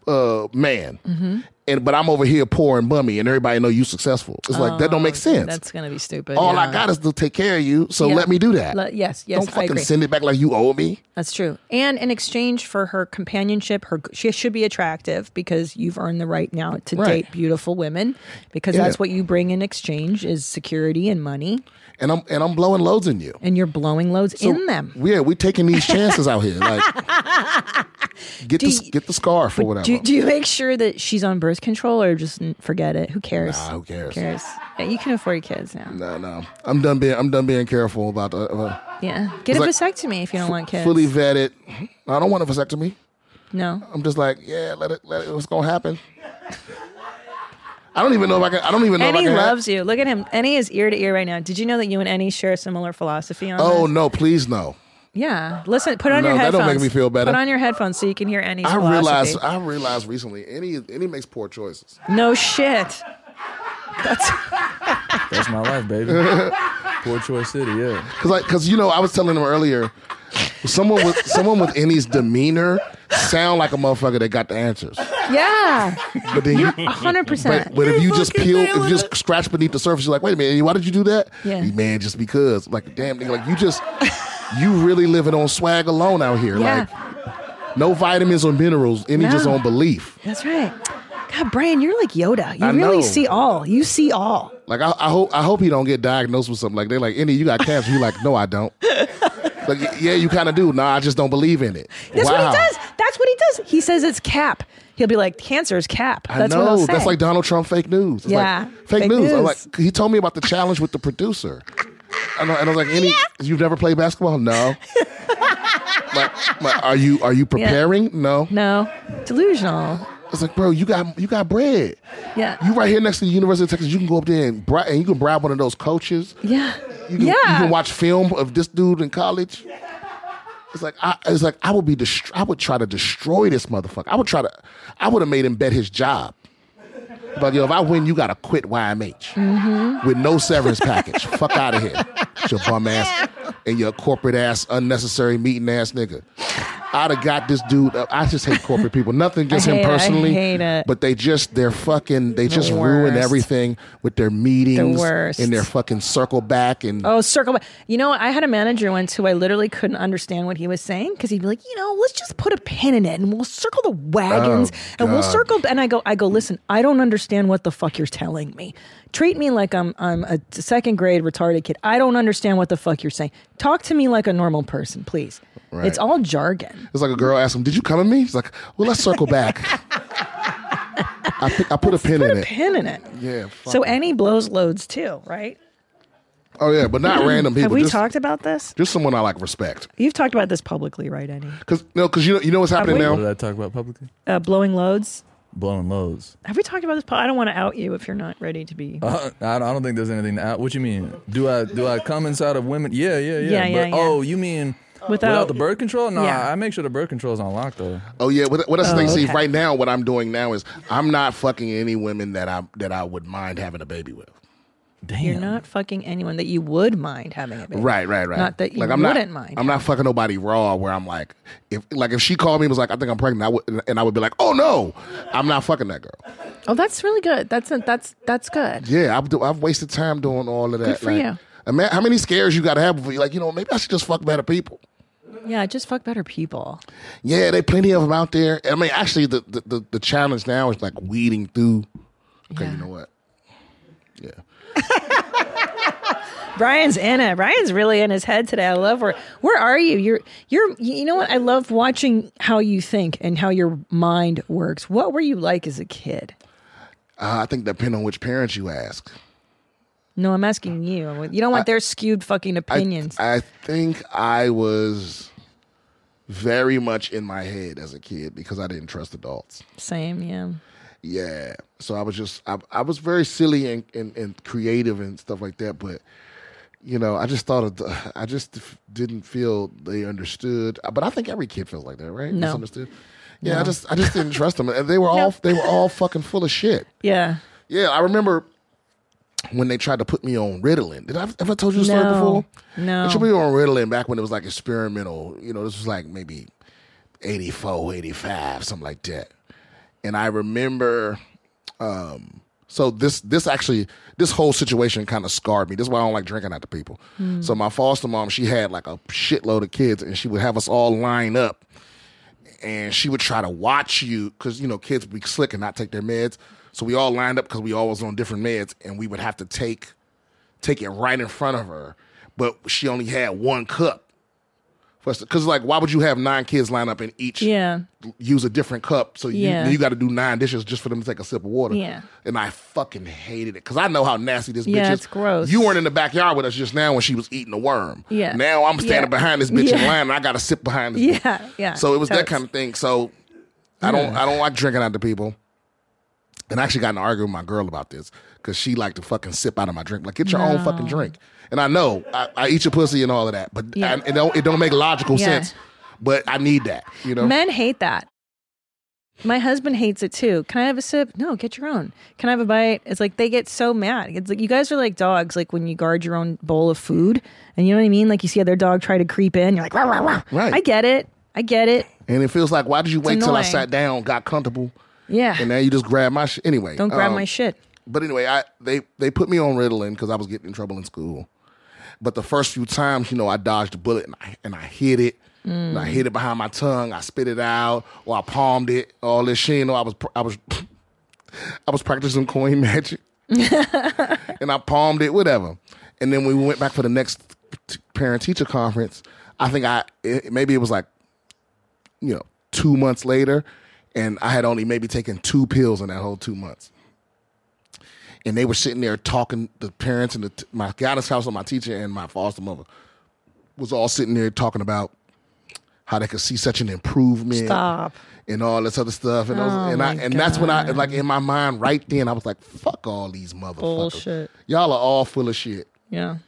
[SPEAKER 4] uh man,
[SPEAKER 5] Mm-hmm.
[SPEAKER 4] and but I'm over here poor and bummy, and everybody know you successful. It's like that don't make sense.
[SPEAKER 5] Oh, That's gonna be stupid.
[SPEAKER 4] all I
[SPEAKER 5] yeah.
[SPEAKER 4] got is to take care of you, so
[SPEAKER 5] Yeah.
[SPEAKER 4] let me do that.
[SPEAKER 5] Let- yes, yes,
[SPEAKER 4] Don't
[SPEAKER 5] I
[SPEAKER 4] fucking
[SPEAKER 5] agree.
[SPEAKER 4] send it back like you owe me.
[SPEAKER 5] That's true. And in exchange for her companionship, her she should be attractive because you've earned the right now to
[SPEAKER 4] Right.
[SPEAKER 5] date beautiful women because
[SPEAKER 4] Yeah.
[SPEAKER 5] that's what you bring in exchange is security and money,
[SPEAKER 4] and I'm and I'm blowing loads in you.
[SPEAKER 5] and you're blowing loads in them.
[SPEAKER 4] Yeah, we taking these chances out here. Like, get the
[SPEAKER 5] you-
[SPEAKER 4] get the scarf or whatever.
[SPEAKER 5] Do, do you make sure that she's on birth control or just n- forget it? Who cares?
[SPEAKER 4] Nah, who cares?
[SPEAKER 5] cares? Yeah, you can afford kids now.
[SPEAKER 4] No, no, I'm done being I'm done being careful about the uh,
[SPEAKER 5] Yeah. Get a
[SPEAKER 4] It's
[SPEAKER 5] vasectomy if you don't want kids.
[SPEAKER 4] fully vetted. I don't want a vasectomy.
[SPEAKER 5] no.
[SPEAKER 4] I'm just like, yeah, let it let it. What's gonna happen? I don't even know if I can. I don't even know
[SPEAKER 5] Annie
[SPEAKER 4] if I can. have-
[SPEAKER 5] loves you. Look at him. Annie is ear to ear right now. Did you know that you and Annie share a similar philosophy on
[SPEAKER 4] oh
[SPEAKER 5] this?
[SPEAKER 4] no, please no.
[SPEAKER 5] Yeah. Listen, put on
[SPEAKER 4] No,
[SPEAKER 5] your
[SPEAKER 4] that
[SPEAKER 5] headphones.
[SPEAKER 4] don't make me feel better.
[SPEAKER 5] Put on your headphones so you can hear Annie's
[SPEAKER 4] I
[SPEAKER 5] philosophy.
[SPEAKER 4] realized I realized recently. Any any makes poor choices.
[SPEAKER 5] No shit. That's
[SPEAKER 6] That's my life, baby. Poor Choice City, yeah.
[SPEAKER 4] Cause like, cause you know, I was telling him earlier, someone with someone with Annie's demeanor sound like a motherfucker that got the answers.
[SPEAKER 5] yeah.
[SPEAKER 4] But then you,
[SPEAKER 5] hundred percent.
[SPEAKER 4] but if you just peel, if you just scratch beneath the surface, you're like, wait a minute, Annie, why did you do that?
[SPEAKER 5] Yeah.
[SPEAKER 4] man, just because. Like, damn, nigga, like you just, you really living on swag alone out here.
[SPEAKER 5] Yeah.
[SPEAKER 4] Like, no vitamins or minerals. Any just
[SPEAKER 5] No.
[SPEAKER 4] on belief.
[SPEAKER 5] That's right. God, Brian, you're like Yoda. You
[SPEAKER 4] I
[SPEAKER 5] really
[SPEAKER 4] know.
[SPEAKER 5] see all. You see all.
[SPEAKER 4] Like I, I hope I hope he don't get diagnosed with something. Like they're like, Indy, you got cancer. You like, no, I don't. like, yeah, you kind of do. Nah, I just don't believe in it.
[SPEAKER 5] That's
[SPEAKER 4] wow.
[SPEAKER 5] what he does. That's what he does. He says it's cap. He'll be like, cancer is cap.
[SPEAKER 4] I
[SPEAKER 5] That's
[SPEAKER 4] know.
[SPEAKER 5] what I'll say.
[SPEAKER 4] That's like Donald Trump fake news. It's like,
[SPEAKER 5] Yeah,
[SPEAKER 4] fake,
[SPEAKER 5] fake
[SPEAKER 4] news. I'm
[SPEAKER 5] news.
[SPEAKER 4] like, he told me about the challenge with the producer. And I, and I was like, any, you've never played basketball? No. like, like, are you are you preparing? No.
[SPEAKER 5] no, delusional.
[SPEAKER 4] It's like, bro, you got you got bread.
[SPEAKER 5] Yeah.
[SPEAKER 4] You right here next to the University of Texas. You can go up there and, bri- and you can bribe one of those coaches.
[SPEAKER 5] yeah.
[SPEAKER 4] You can,
[SPEAKER 5] yeah.
[SPEAKER 4] you can watch film of this dude in college. It's like I, it's like I would be dest- I would try to destroy this motherfucker. I would try to I would have made him bet his job. But yo, if I win, you gotta quit YMH
[SPEAKER 5] Mm-hmm.
[SPEAKER 4] with no severance package. Fuck out of here, It's your bum ass and your corporate ass unnecessary meeting ass nigga. I'd have got this dude. Up. I just hate corporate people. Nothing against
[SPEAKER 5] I
[SPEAKER 4] him
[SPEAKER 5] hate it. I
[SPEAKER 4] personally,
[SPEAKER 5] hate it.
[SPEAKER 4] but they just they're fucking. They just ruin
[SPEAKER 5] worst.
[SPEAKER 4] everything with their meetings
[SPEAKER 5] worst.
[SPEAKER 4] and their fucking circle back and
[SPEAKER 5] Oh, circle. back. You know, I had a manager once who I literally couldn't understand what he was saying because he'd be like, you know, let's just put a pin in it and we'll circle the wagons
[SPEAKER 4] Oh,
[SPEAKER 5] and we'll circle. And I go, I go, listen, I don't understand what the fuck you're telling me. Treat me like I'm I'm a second grade retarded kid. I don't understand what the fuck you're saying. Talk to me like a normal person, please.
[SPEAKER 4] Right.
[SPEAKER 5] It's all jargon.
[SPEAKER 4] It's like a girl asked him, "Did you come at me?" He's like, "Well, let's circle back." I pick, I put a pin
[SPEAKER 5] Put
[SPEAKER 4] in
[SPEAKER 5] a
[SPEAKER 4] it.
[SPEAKER 5] pin in it.
[SPEAKER 4] Yeah. fuck
[SPEAKER 5] So
[SPEAKER 4] it.
[SPEAKER 5] any blows loads too, right?
[SPEAKER 4] oh yeah, but not random people.
[SPEAKER 5] Have we
[SPEAKER 4] just,
[SPEAKER 5] talked about this?
[SPEAKER 4] Just someone I like respect.
[SPEAKER 5] You've talked about this publicly, right, Eddie?
[SPEAKER 4] Cause no, cause you know you know what's happening
[SPEAKER 5] we?
[SPEAKER 6] What did
[SPEAKER 4] now.
[SPEAKER 6] I talk about publicly?
[SPEAKER 5] Uh, blowing loads.
[SPEAKER 6] Blowing loads.
[SPEAKER 5] Have we talked about this? po- I don't want to out you if you're not ready to be.
[SPEAKER 6] Uh, I I don't think there's anything. Out. What you mean? Do I do I come inside of women? Yeah, yeah, yeah.
[SPEAKER 5] Yeah, yeah,
[SPEAKER 6] but,
[SPEAKER 5] yeah.
[SPEAKER 6] Oh, you mean without,
[SPEAKER 5] Without-
[SPEAKER 6] the birth control? No,
[SPEAKER 5] Yeah.
[SPEAKER 6] I make sure the birth control's on lock though.
[SPEAKER 4] Oh yeah, what, what else? the thing? See,
[SPEAKER 5] okay.
[SPEAKER 4] right now, what I'm doing now is I'm not fucking any women that I that I would mind having a baby with.
[SPEAKER 6] Damn.
[SPEAKER 5] You're not fucking anyone that you would mind having a baby.
[SPEAKER 4] Right, right, right.
[SPEAKER 5] Not that you
[SPEAKER 4] I'm
[SPEAKER 5] wouldn't
[SPEAKER 4] not,
[SPEAKER 5] mind.
[SPEAKER 4] I'm not fucking nobody raw where I'm like, if like if she called me and was like, I think I'm pregnant, I would, and I would be like, oh no, I'm not fucking that girl.
[SPEAKER 7] Oh, that's really good. That's that's that's good.
[SPEAKER 4] Yeah, I've, do, I've wasted time doing all of that.
[SPEAKER 7] for
[SPEAKER 4] like,
[SPEAKER 7] you.
[SPEAKER 4] ima- how many scares you got to have before you like, you know, maybe I should just fuck better people.
[SPEAKER 5] Yeah, just fuck better people.
[SPEAKER 4] Yeah, there plenty of them out there. I mean, actually, the the, the, the challenge now is like weeding through. Okay, you know what? Yeah.
[SPEAKER 5] Brian's in it. Brian's really in his head today. I love where where are you? You're you're you know what? I love watching how you think and how your mind works. What were you like as a kid?
[SPEAKER 4] Uh, I think depending on which parents you ask.
[SPEAKER 5] No, I'm asking you. You don't want their skewed fucking opinions.
[SPEAKER 4] I, I think I was very much in my head as a kid because I didn't trust adults.
[SPEAKER 5] Same, yeah.
[SPEAKER 4] Yeah. So I was just I, I was very silly and, and, and creative and stuff like that, but you know, I just thought of the, I just f- didn't feel they understood. Uh, But I think every kid feels like that, right?
[SPEAKER 5] No.
[SPEAKER 4] Misunderstood. Yeah, I just I just didn't trust them, and they were all they were all fucking full of shit.
[SPEAKER 5] Yeah.
[SPEAKER 4] Yeah, I remember when they tried to put me on Ritalin. Did I ever told you the story
[SPEAKER 5] No.
[SPEAKER 4] before?
[SPEAKER 5] No.
[SPEAKER 4] They should be on Ritalin back when it was like experimental. You know, this was like maybe 84, 85, something like that. And I remember um so this this actually this whole situation kind of scarred me. This is why I don't like drinking out to people.
[SPEAKER 5] Hmm.
[SPEAKER 4] So my foster mom, she had like a shitload of kids and she would have us all line up and she would try to watch you because you know kids would be slick and not take their meds. So we all lined up because we all was on different meds, and we would have to take take it right in front of her. But she only had one cup. Because like, why would you have nine kids line up and each
[SPEAKER 5] Yeah.
[SPEAKER 4] use a different cup? So you,
[SPEAKER 5] Yeah.
[SPEAKER 4] you got to do nine dishes just for them to take a sip of water.
[SPEAKER 5] Yeah.
[SPEAKER 4] And I fucking hated it because I know how nasty this bitch
[SPEAKER 5] Yeah,
[SPEAKER 4] is.
[SPEAKER 5] it's gross.
[SPEAKER 4] You weren't in the backyard with us just now when she was eating a worm.
[SPEAKER 5] Yeah.
[SPEAKER 4] Now I'm standing
[SPEAKER 5] Yeah.
[SPEAKER 4] behind this bitch in
[SPEAKER 5] Yeah.
[SPEAKER 4] line and I got to sit behind this bitch.
[SPEAKER 5] Yeah. Yeah.
[SPEAKER 4] So it was that
[SPEAKER 5] Totes.
[SPEAKER 4] kind of thing. So I don't I don't like drinking out to people. And I actually got in an argument with my girl about this because she liked to fucking sip out of my drink. Like, get your own fucking drink. And I know I, I eat your pussy and all of that, but
[SPEAKER 5] Yeah.
[SPEAKER 4] I- it don't it don't make logical
[SPEAKER 5] Yeah.
[SPEAKER 4] sense. But I need that, you know.
[SPEAKER 5] Men hate that. My husband hates it too. Can I have a sip? No, get your own. Can I have a bite? It's like they get so mad. It's like you guys are like dogs, like when you guard your own bowl of food. And you know what I mean? Like you see other dog try to creep in, you're like, rah, rah, rah.
[SPEAKER 4] Right.
[SPEAKER 5] I get it. I get it.
[SPEAKER 4] and it feels like, why did you wait till I
[SPEAKER 5] annoying.
[SPEAKER 4] sat down, got comfortable,
[SPEAKER 5] Yeah.
[SPEAKER 4] and now you just grab my shit? Anyway,
[SPEAKER 5] Don't grab
[SPEAKER 4] um,
[SPEAKER 5] my shit.
[SPEAKER 4] But anyway, I they they put me on Ritalin because I was getting in trouble in school. But the first few times, you know, I dodged a bullet and I and I hid it. And
[SPEAKER 5] Mm.
[SPEAKER 4] I hid it behind my tongue. I spit it out, or I palmed it. All this shit. You know, I was pr- I was I was practicing coin magic, and I palmed it, whatever. And then when we went back for the next t- parent teacher conference, I think I it, maybe it was like, you know, two months later, and I had only maybe taken two pills in that whole two months. And they were sitting there talking. The parents and the t- my guidance counselor, my teacher, and my foster mother was all sitting there talking about how they could see such an improvement
[SPEAKER 5] Stop.
[SPEAKER 4] and all this other stuff. And, I was, and I
[SPEAKER 5] Oh my
[SPEAKER 4] and that's when I like in my mind right then I was like, fuck all these motherfuckers.
[SPEAKER 5] Bullshit.
[SPEAKER 4] Y'all are all full of shit.
[SPEAKER 5] Yeah.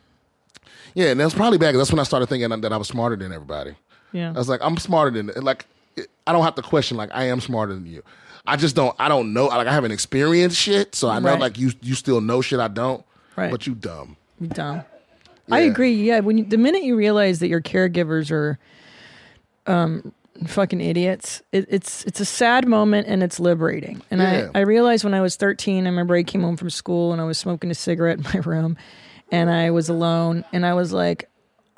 [SPEAKER 4] Yeah, and that was probably back. That's when I started thinking that I was smarter than everybody.
[SPEAKER 5] Yeah.
[SPEAKER 4] I was like, I'm smarter than like it- I don't have to question like I am smarter than you. I just don't I don't know like I haven't experienced shit, so I know
[SPEAKER 5] Right.
[SPEAKER 4] like you you still know shit I don't.
[SPEAKER 5] Right.
[SPEAKER 4] But you dumb.
[SPEAKER 5] You're dumb. I
[SPEAKER 4] Yeah.
[SPEAKER 5] agree. Yeah. When you, the minute you realize that your caregivers are um, fucking idiots, it, it's it's a sad moment and it's liberating. And
[SPEAKER 4] Yeah.
[SPEAKER 5] I I realized when I was 13, I remember I came home from school and I was smoking a cigarette in my room, and I was alone, and I was like.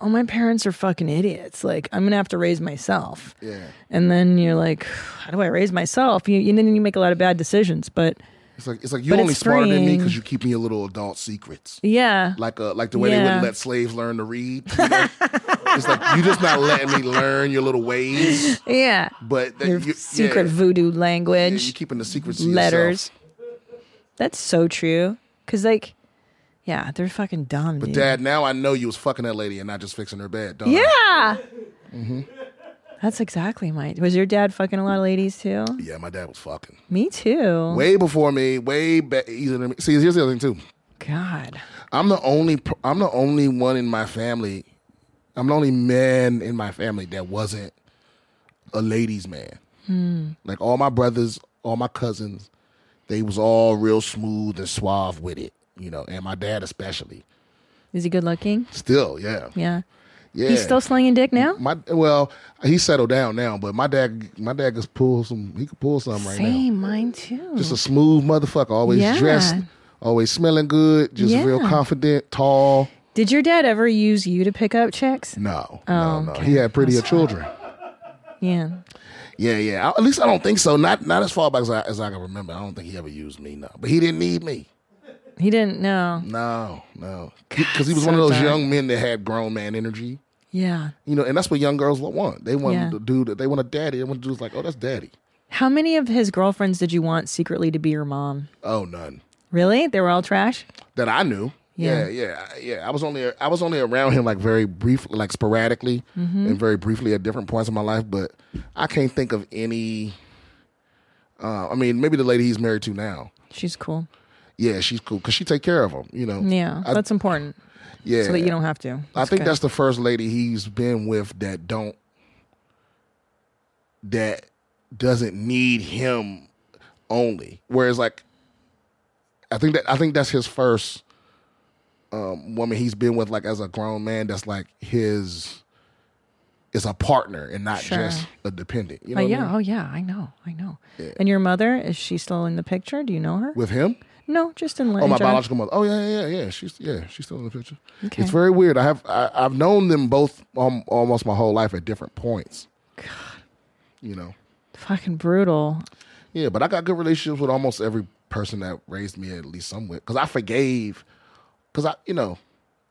[SPEAKER 5] Oh, my parents are fucking idiots. Like, I'm gonna have to raise myself.
[SPEAKER 4] Yeah.
[SPEAKER 5] And then you're like, how do I raise myself? You, and then you make a lot of bad decisions. But
[SPEAKER 4] It's like it's like you
[SPEAKER 5] But
[SPEAKER 4] only
[SPEAKER 5] it's
[SPEAKER 4] smarter than me
[SPEAKER 5] freeing.
[SPEAKER 4] because you keep me a little adult secrets.
[SPEAKER 5] yeah,
[SPEAKER 4] like uh, like the way they
[SPEAKER 5] Yeah.
[SPEAKER 4] wouldn't let slaves learn to read. you know? it's like you just not letting me learn your little ways,
[SPEAKER 5] yeah,
[SPEAKER 4] but that
[SPEAKER 5] your
[SPEAKER 4] you,
[SPEAKER 5] secret
[SPEAKER 4] yeah,
[SPEAKER 5] voodoo
[SPEAKER 4] yeah,
[SPEAKER 5] language.
[SPEAKER 4] you're keeping the secrets to
[SPEAKER 5] letters.
[SPEAKER 4] letters.
[SPEAKER 5] That's so true. Cause like, yeah, they're fucking dumb. But dude.
[SPEAKER 4] Dad, now I know you was fucking that lady and not just fixing her bed. Don't I?
[SPEAKER 5] yeah.
[SPEAKER 4] Mm-hmm.
[SPEAKER 5] That's exactly my. Was your dad fucking a lot of ladies too?
[SPEAKER 4] yeah, my dad was fucking
[SPEAKER 5] Me too.
[SPEAKER 4] way before me, way be- easier than me. See, here's the other thing too.
[SPEAKER 5] God.
[SPEAKER 4] I'm the only pr- I'm the only one in my family. I'm the only man in my family that wasn't a ladies' man.
[SPEAKER 5] Hmm.
[SPEAKER 4] Like all my brothers, all my cousins, they was all real smooth and suave with it, you know. And my dad especially.
[SPEAKER 5] Is he good looking?
[SPEAKER 4] Still, yeah,
[SPEAKER 5] Yeah.
[SPEAKER 4] yeah. Mm,
[SPEAKER 5] He's still slinging dick now.
[SPEAKER 4] my well, he settled down now, but my dad, my dad could pull some. He could pull something right now.
[SPEAKER 5] Same, mine too.
[SPEAKER 4] Just a smooth motherfucker, always
[SPEAKER 5] Yeah.
[SPEAKER 4] dressed, always smelling good, just real
[SPEAKER 5] Yeah.
[SPEAKER 4] confident, tall.
[SPEAKER 5] Did your dad ever use you to pick up chicks?
[SPEAKER 4] No,
[SPEAKER 5] Oh,
[SPEAKER 4] no, no.
[SPEAKER 5] okay.
[SPEAKER 4] He had prettier children.
[SPEAKER 5] Yeah.
[SPEAKER 4] Yeah, yeah. I- at least I don't think so. Not not as far back as I, as I can remember. I don't think he ever used me. No, but he didn't need me.
[SPEAKER 5] He didn't know.
[SPEAKER 4] No, no, because he was one of
[SPEAKER 5] so
[SPEAKER 4] those
[SPEAKER 5] dark.
[SPEAKER 4] young men that had grown man energy.
[SPEAKER 5] Yeah.
[SPEAKER 4] You know, and that's what young girls lo- want. They want
[SPEAKER 5] Yeah.
[SPEAKER 4] the dude. that- They want a daddy. They want dudes like, oh, that's daddy.
[SPEAKER 5] How many of his girlfriends did you want secretly to be your mom?
[SPEAKER 4] Oh, none
[SPEAKER 5] Really? They were all trash.
[SPEAKER 4] that I knew.
[SPEAKER 5] Yeah.
[SPEAKER 4] Yeah. yeah, I- yeah. I was only I was only around him like very briefly, like sporadically,
[SPEAKER 5] Mm-hmm.
[SPEAKER 4] and very briefly at different points in my life. But I can't think of any. Uh, I mean, maybe the lady he's married to now.
[SPEAKER 5] She's cool.
[SPEAKER 4] yeah, she's cool because she take care of him. You know.
[SPEAKER 5] Yeah,
[SPEAKER 4] I,
[SPEAKER 5] that's important.
[SPEAKER 4] yeah.
[SPEAKER 5] So that you don't have to.
[SPEAKER 4] I think
[SPEAKER 5] good.
[SPEAKER 4] that's the first lady he's been with that don't that doesn't need him only. Whereas like, I think that I think that's his first um, woman he's been with like as a grown man. That's like his is a partner and not
[SPEAKER 5] Sure.
[SPEAKER 4] just a dependent. You
[SPEAKER 5] Oh
[SPEAKER 4] know. what I
[SPEAKER 5] yeah,
[SPEAKER 4] mean?
[SPEAKER 5] oh yeah, I know, I know. And your mother is she still in the picture? Do you know her?
[SPEAKER 4] With him.
[SPEAKER 5] no, just in.
[SPEAKER 4] Oh,
[SPEAKER 5] in
[SPEAKER 4] my
[SPEAKER 5] general.
[SPEAKER 4] biological mother. Oh yeah, yeah, yeah. She's yeah, she's still in the picture.
[SPEAKER 5] Okay.
[SPEAKER 4] It's very weird. I have I, I've known them both um, almost my whole life at different points. God, you know.
[SPEAKER 5] Fucking brutal.
[SPEAKER 4] Yeah, but I got good relationships with almost every person that raised me at least somewhat because I forgave. Because I, you know,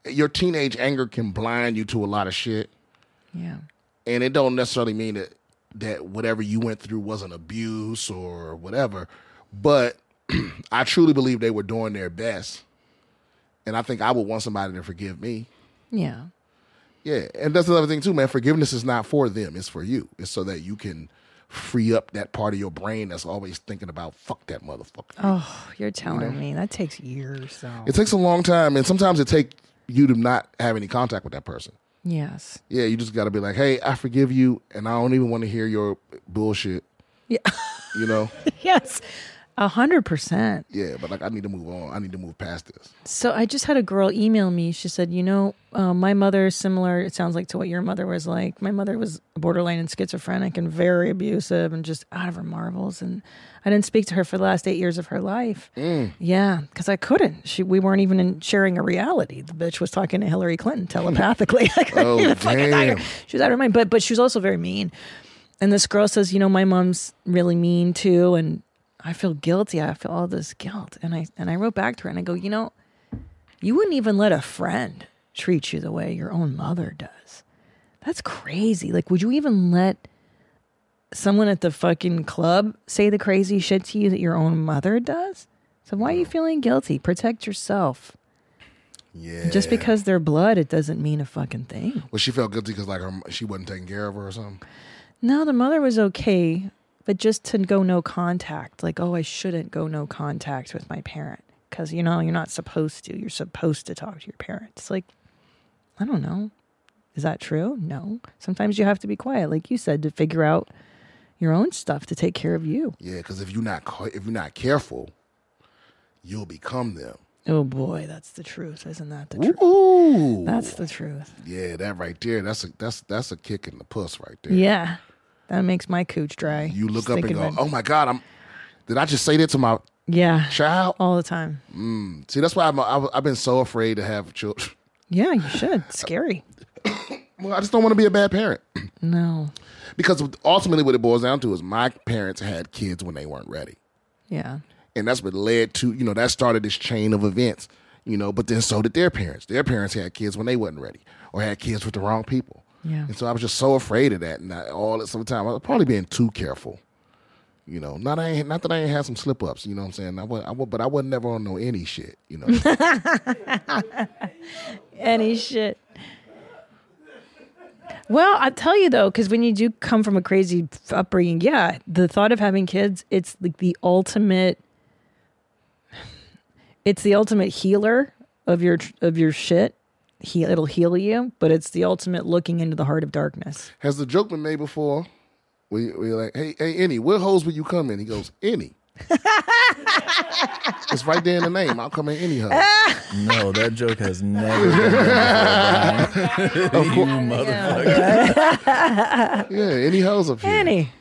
[SPEAKER 4] your teenage anger can blind you to a lot of shit,
[SPEAKER 5] Yeah.
[SPEAKER 4] and it don't necessarily mean that that whatever you went through wasn't abuse or whatever. But I truly believe they were doing their best, and I think I would want somebody to forgive me.
[SPEAKER 5] Yeah.
[SPEAKER 4] Yeah, and that's another thing too, man. Forgiveness is not for them; it's for you. It's so that you can free up that part of your brain that's always thinking about "fuck that motherfucker."
[SPEAKER 5] Oh, you're telling me that takes years. Though.
[SPEAKER 4] It takes a long time, and sometimes it takes you to not have any contact with that person.
[SPEAKER 5] Yes.
[SPEAKER 4] Yeah, you just got to be like, "Hey, I forgive you, and I don't even want to hear your bullshit."
[SPEAKER 5] Yeah.
[SPEAKER 4] You know?
[SPEAKER 5] yes. A hundred percent.
[SPEAKER 4] yeah, but like, I need to move on. I need to move past this.
[SPEAKER 5] So I just had a girl email me. She said, "You know, uh, my mother is similar. It sounds like to what your mother was like. My mother was borderline and schizophrenic and very abusive and just out of her marbles. And I didn't speak to her for the last eight years of her life. Yeah, because I couldn't. She, we weren't even in sharing a reality. The bitch was talking to Hillary Clinton telepathically. I couldn't
[SPEAKER 4] Oh,
[SPEAKER 5] even fucking talk to her.
[SPEAKER 4] damn.
[SPEAKER 5] She was out of her mind. But but she was also very mean. And this girl says, you know, my mom's really mean too, and I feel guilty. I feel all this guilt. And I and I wrote back to her and I go, you know, you wouldn't even let a friend treat you the way your own mother does. That's crazy. Like, would you even let someone at the fucking club say the crazy shit to you that your own mother does? So why are you feeling guilty? Protect yourself.
[SPEAKER 4] Yeah.
[SPEAKER 5] Just because they're blood, it doesn't mean a fucking thing.
[SPEAKER 4] Well, she felt guilty because like her she wasn't taking care of her or something.
[SPEAKER 5] No, the mother was okay, but just to go no contact. Like, oh, I shouldn't go no contact with my parent because you know you're not supposed to. You're supposed to talk to your parents. Like, I don't know. Is that true? No. Sometimes you have to be quiet, like you said, to figure out your own stuff to take care of you.
[SPEAKER 4] Yeah, because if you're not ca- if you're not careful, you'll become them.
[SPEAKER 5] Oh boy, that's the truth, isn't that the truth?
[SPEAKER 4] Ooh.
[SPEAKER 5] That's the truth.
[SPEAKER 4] yeah, that right there. That's a that's that's a kick in the puss right there.
[SPEAKER 5] Yeah, that makes my cooch dry.
[SPEAKER 4] You look
[SPEAKER 5] Just
[SPEAKER 4] up and
[SPEAKER 5] thinking
[SPEAKER 4] go,
[SPEAKER 5] about-
[SPEAKER 4] "Oh my God, I'm." Did I just say that to my
[SPEAKER 5] yeah,
[SPEAKER 4] child?
[SPEAKER 5] all the time.
[SPEAKER 4] See, that's why I'm, I've, I've been so afraid to have children.
[SPEAKER 5] Yeah, you should. Scary.
[SPEAKER 4] Well, I just don't want to be a bad parent
[SPEAKER 5] No.
[SPEAKER 4] because ultimately, what it boils down to is my parents had kids when they weren't ready.
[SPEAKER 5] Yeah.
[SPEAKER 4] and that's what led to you know that started this chain of events you know but then so did their parents their parents had kids when they wasn't ready or had kids with the wrong people
[SPEAKER 5] Yeah.
[SPEAKER 4] and so i was just so afraid of that and I, all at some time i was probably being too careful you know not i ain't, not that i ain't had some slip ups you know what i'm saying I was, I was, but i wasn't never on no any shit you know
[SPEAKER 5] any shit. Well, I tell you though, because when you do come from a crazy f- upbringing, yeah, the thought of having kids, it's like the ultimate. It's the ultimate healer of your tr- of your shit. He, it'll heal you, but it's the ultimate looking into the heart of darkness.
[SPEAKER 4] has the joke been made before we, we're like hey hey any what hoes will you come in he goes any it's right there in the name i'll come in any hole
[SPEAKER 6] No, that joke has never been done before, Brian. you motherfucker.
[SPEAKER 4] yeah any hoes up here
[SPEAKER 5] Annie,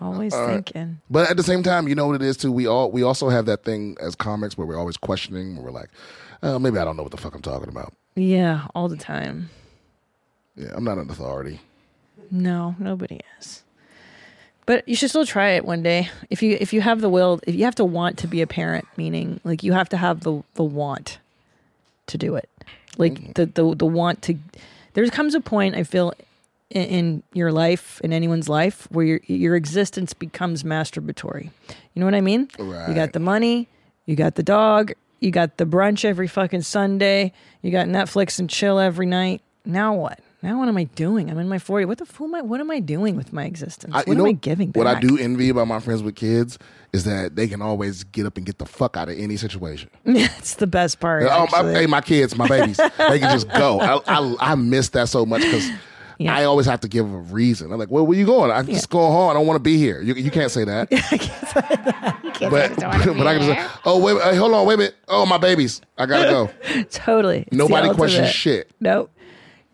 [SPEAKER 5] always thinking.
[SPEAKER 4] But at the same time, you know what it is too. We all we also have that thing as comics where we're always questioning. Where we're like, uh, maybe I don't know what the fuck I'm talking about.
[SPEAKER 5] Yeah, all the time.
[SPEAKER 4] Yeah, I'm not an authority.
[SPEAKER 5] No, nobody is. But you should still try it one day. If you if you have the will, if you have to want to be a parent, meaning like you have to have the the want to do it. Like the the the want to there comes a point I feel in, in your life, in anyone's life, where your your existence becomes masturbatory. You know what I mean? You
[SPEAKER 4] Right.
[SPEAKER 5] got the money, you got the dog, you got the brunch every fucking Sunday, you got Netflix and chill every night. Now what? Now what am I doing? I'm in my 40. What the fool am I what am I doing with my existence?
[SPEAKER 4] I,
[SPEAKER 5] what
[SPEAKER 4] you
[SPEAKER 5] am
[SPEAKER 4] know
[SPEAKER 5] I giving back?
[SPEAKER 4] What I do envy about my friends with kids is that they can always get up and get the fuck out of any situation.
[SPEAKER 5] That's the best part.
[SPEAKER 4] Oh, my,
[SPEAKER 5] actually.
[SPEAKER 4] hey, my kids, my babies, they can just go. I, I, I miss that so much because
[SPEAKER 5] Yeah.
[SPEAKER 4] I always have to give a reason. I'm like, well, where you going? I'm just going home. I don't want to be here. You, you can't say that. But, but I can just say, oh, wait, hey, hold on, wait a minute. Oh, my babies, I gotta go.
[SPEAKER 5] Totally. It's the
[SPEAKER 4] Nobody questions
[SPEAKER 5] ultimate.
[SPEAKER 4] shit.
[SPEAKER 5] Nope.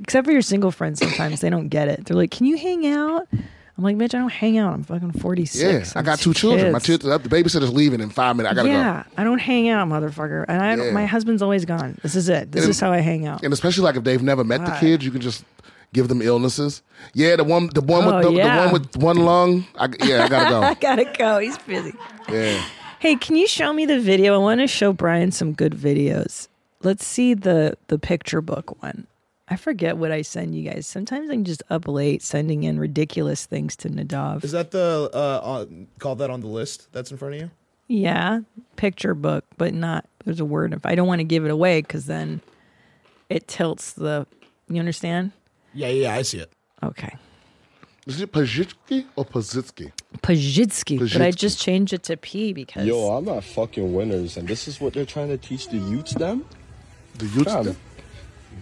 [SPEAKER 5] Except for your single friends sometimes. they don't get it. They're like, Can you hang out? I'm like, bitch, I don't hang out. I'm fucking forty
[SPEAKER 4] Yeah,
[SPEAKER 5] six.
[SPEAKER 4] I got two children. My
[SPEAKER 5] kids.
[SPEAKER 4] children, the babysitter's leaving in five minutes. I gotta go.
[SPEAKER 5] Yeah, I don't hang out, motherfucker. And I don't-
[SPEAKER 4] Yeah.
[SPEAKER 5] my husband's always gone. This is it. This
[SPEAKER 4] And-
[SPEAKER 5] is how I hang out.
[SPEAKER 4] And especially like if they've never met the kids, you can just give them illnesses. Yeah, the one, the one
[SPEAKER 5] Oh,
[SPEAKER 4] with the,
[SPEAKER 5] yeah.
[SPEAKER 4] the one with one lung. I, yeah, I
[SPEAKER 5] I
[SPEAKER 4] gotta
[SPEAKER 5] gotta go. He's busy.
[SPEAKER 4] go. Yeah,
[SPEAKER 5] Hey, can you show me the video? I want to show Brian some good videos. Let's see the the picture book one. I forget what I send you guys. Sometimes I'm just up late sending in ridiculous things to Nadav.
[SPEAKER 8] Is that the uh, uh call that on the list that's in front of you?
[SPEAKER 5] Yeah, picture book, but not. There's a word. If I don't want to give it away, because then it tilts the. You understand?
[SPEAKER 8] Yeah, yeah, I see it.
[SPEAKER 5] Okay.
[SPEAKER 4] is it Pajitsky or Pazitsky?
[SPEAKER 5] Pajitsky, but I
[SPEAKER 4] Pajitsky.
[SPEAKER 5] just changed it to P because.
[SPEAKER 9] Yo, I'm not fucking winners, and this is what they're trying to teach the youths them?
[SPEAKER 4] The youth.
[SPEAKER 9] Um,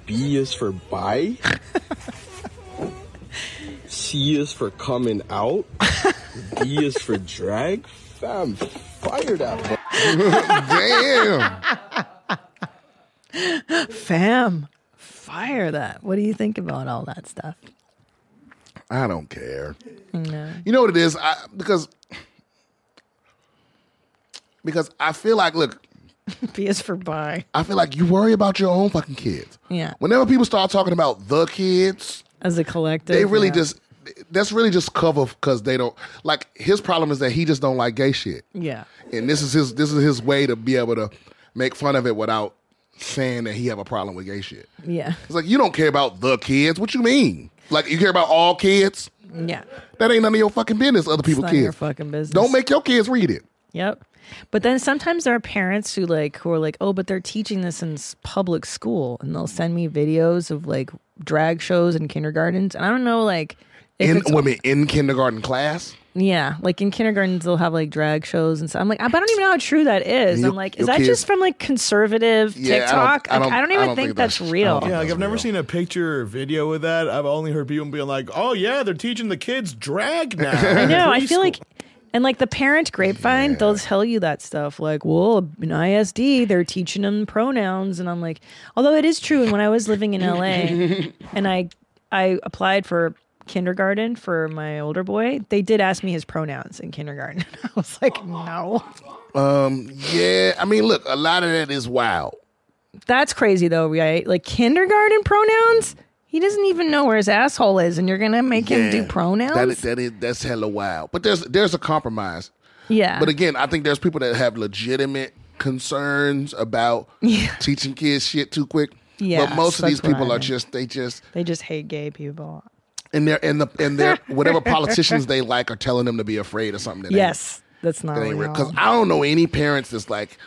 [SPEAKER 9] B is for buy. C is for coming out. D is for drag. Fam, fire that. bu-
[SPEAKER 4] Damn.
[SPEAKER 5] Fam, fire that. What do you think about all that stuff?
[SPEAKER 4] I don't care.
[SPEAKER 5] No.
[SPEAKER 4] You know what it is? I, because because I feel like look,
[SPEAKER 5] P is for bye.
[SPEAKER 4] I feel like you worry about your own fucking kids.
[SPEAKER 5] Yeah.
[SPEAKER 4] Whenever people start talking about the kids,
[SPEAKER 5] As a collective.
[SPEAKER 4] they really
[SPEAKER 5] yeah.
[SPEAKER 4] just that's really just cover because they don't like his problem is that he just don't like gay shit,
[SPEAKER 5] Yeah.
[SPEAKER 4] and this is his this is his way to be able to make fun of it without saying that he have a problem with gay shit.
[SPEAKER 5] Yeah.
[SPEAKER 4] It's like you don't care about the kids. What you mean? Like you care about all kids?
[SPEAKER 5] Yeah.
[SPEAKER 4] That ain't none of your fucking business. Other people's
[SPEAKER 5] not
[SPEAKER 4] kids.
[SPEAKER 5] your fucking business.
[SPEAKER 4] Don't make your kids read it.
[SPEAKER 5] Yep. But then sometimes there are parents who like who are like, oh, but they're teaching this in s- public school, and they'll send me videos of like drag shows in kindergartens, and I don't know like if
[SPEAKER 4] In
[SPEAKER 5] it's-
[SPEAKER 4] women in kindergarten class.
[SPEAKER 5] yeah, like in kindergartens they'll have like drag shows and stuff. I'm like, I but I don't even know how true that is.
[SPEAKER 4] Your-
[SPEAKER 5] I'm like,
[SPEAKER 4] your
[SPEAKER 5] is that
[SPEAKER 4] kids-
[SPEAKER 5] just from like conservative
[SPEAKER 4] Yeah, I don't-
[SPEAKER 5] TikTok?
[SPEAKER 4] I
[SPEAKER 5] like,
[SPEAKER 4] don't-
[SPEAKER 5] I don't even
[SPEAKER 4] I don't
[SPEAKER 5] think,
[SPEAKER 4] think
[SPEAKER 5] that's,
[SPEAKER 4] that's- I
[SPEAKER 5] real.
[SPEAKER 4] don't
[SPEAKER 8] Yeah,
[SPEAKER 4] think-
[SPEAKER 8] like I've never seen a picture or video of that. I've only heard people being like, "Oh yeah, they're teaching the kids drag now."
[SPEAKER 5] I know. I feel like, and like the parent grapevine, they'll tell you that stuff. Like, well, in ISD, they're teaching them pronouns, and I'm like, although it is true. And when I was living in LA, and I I applied for kindergarten for my older boy, they did ask me his pronouns in kindergarten. I was like, no,
[SPEAKER 4] Um, Yeah, I mean, look, a lot of that is wild.
[SPEAKER 5] that's crazy though, right? Like kindergarten pronouns. He doesn't even know where his asshole is, and you're gonna make him do
[SPEAKER 4] Yeah.
[SPEAKER 5] pronouns?
[SPEAKER 4] That is, that is that's hella wild. But there's there's a compromise.
[SPEAKER 5] yeah.
[SPEAKER 4] But again, I think there's people that have legitimate concerns about teaching kids shit too quick.
[SPEAKER 5] Yeah,
[SPEAKER 4] but most of these
[SPEAKER 5] that's what I
[SPEAKER 4] people are
[SPEAKER 5] meant.
[SPEAKER 4] just they just
[SPEAKER 5] they just hate gay people.
[SPEAKER 4] and they're and the and they're whatever politicians they like are telling them to be afraid of something. That
[SPEAKER 5] Yes, that's not
[SPEAKER 4] ain't, that ain't
[SPEAKER 5] real.
[SPEAKER 4] real. Because I don't know any parents that's like,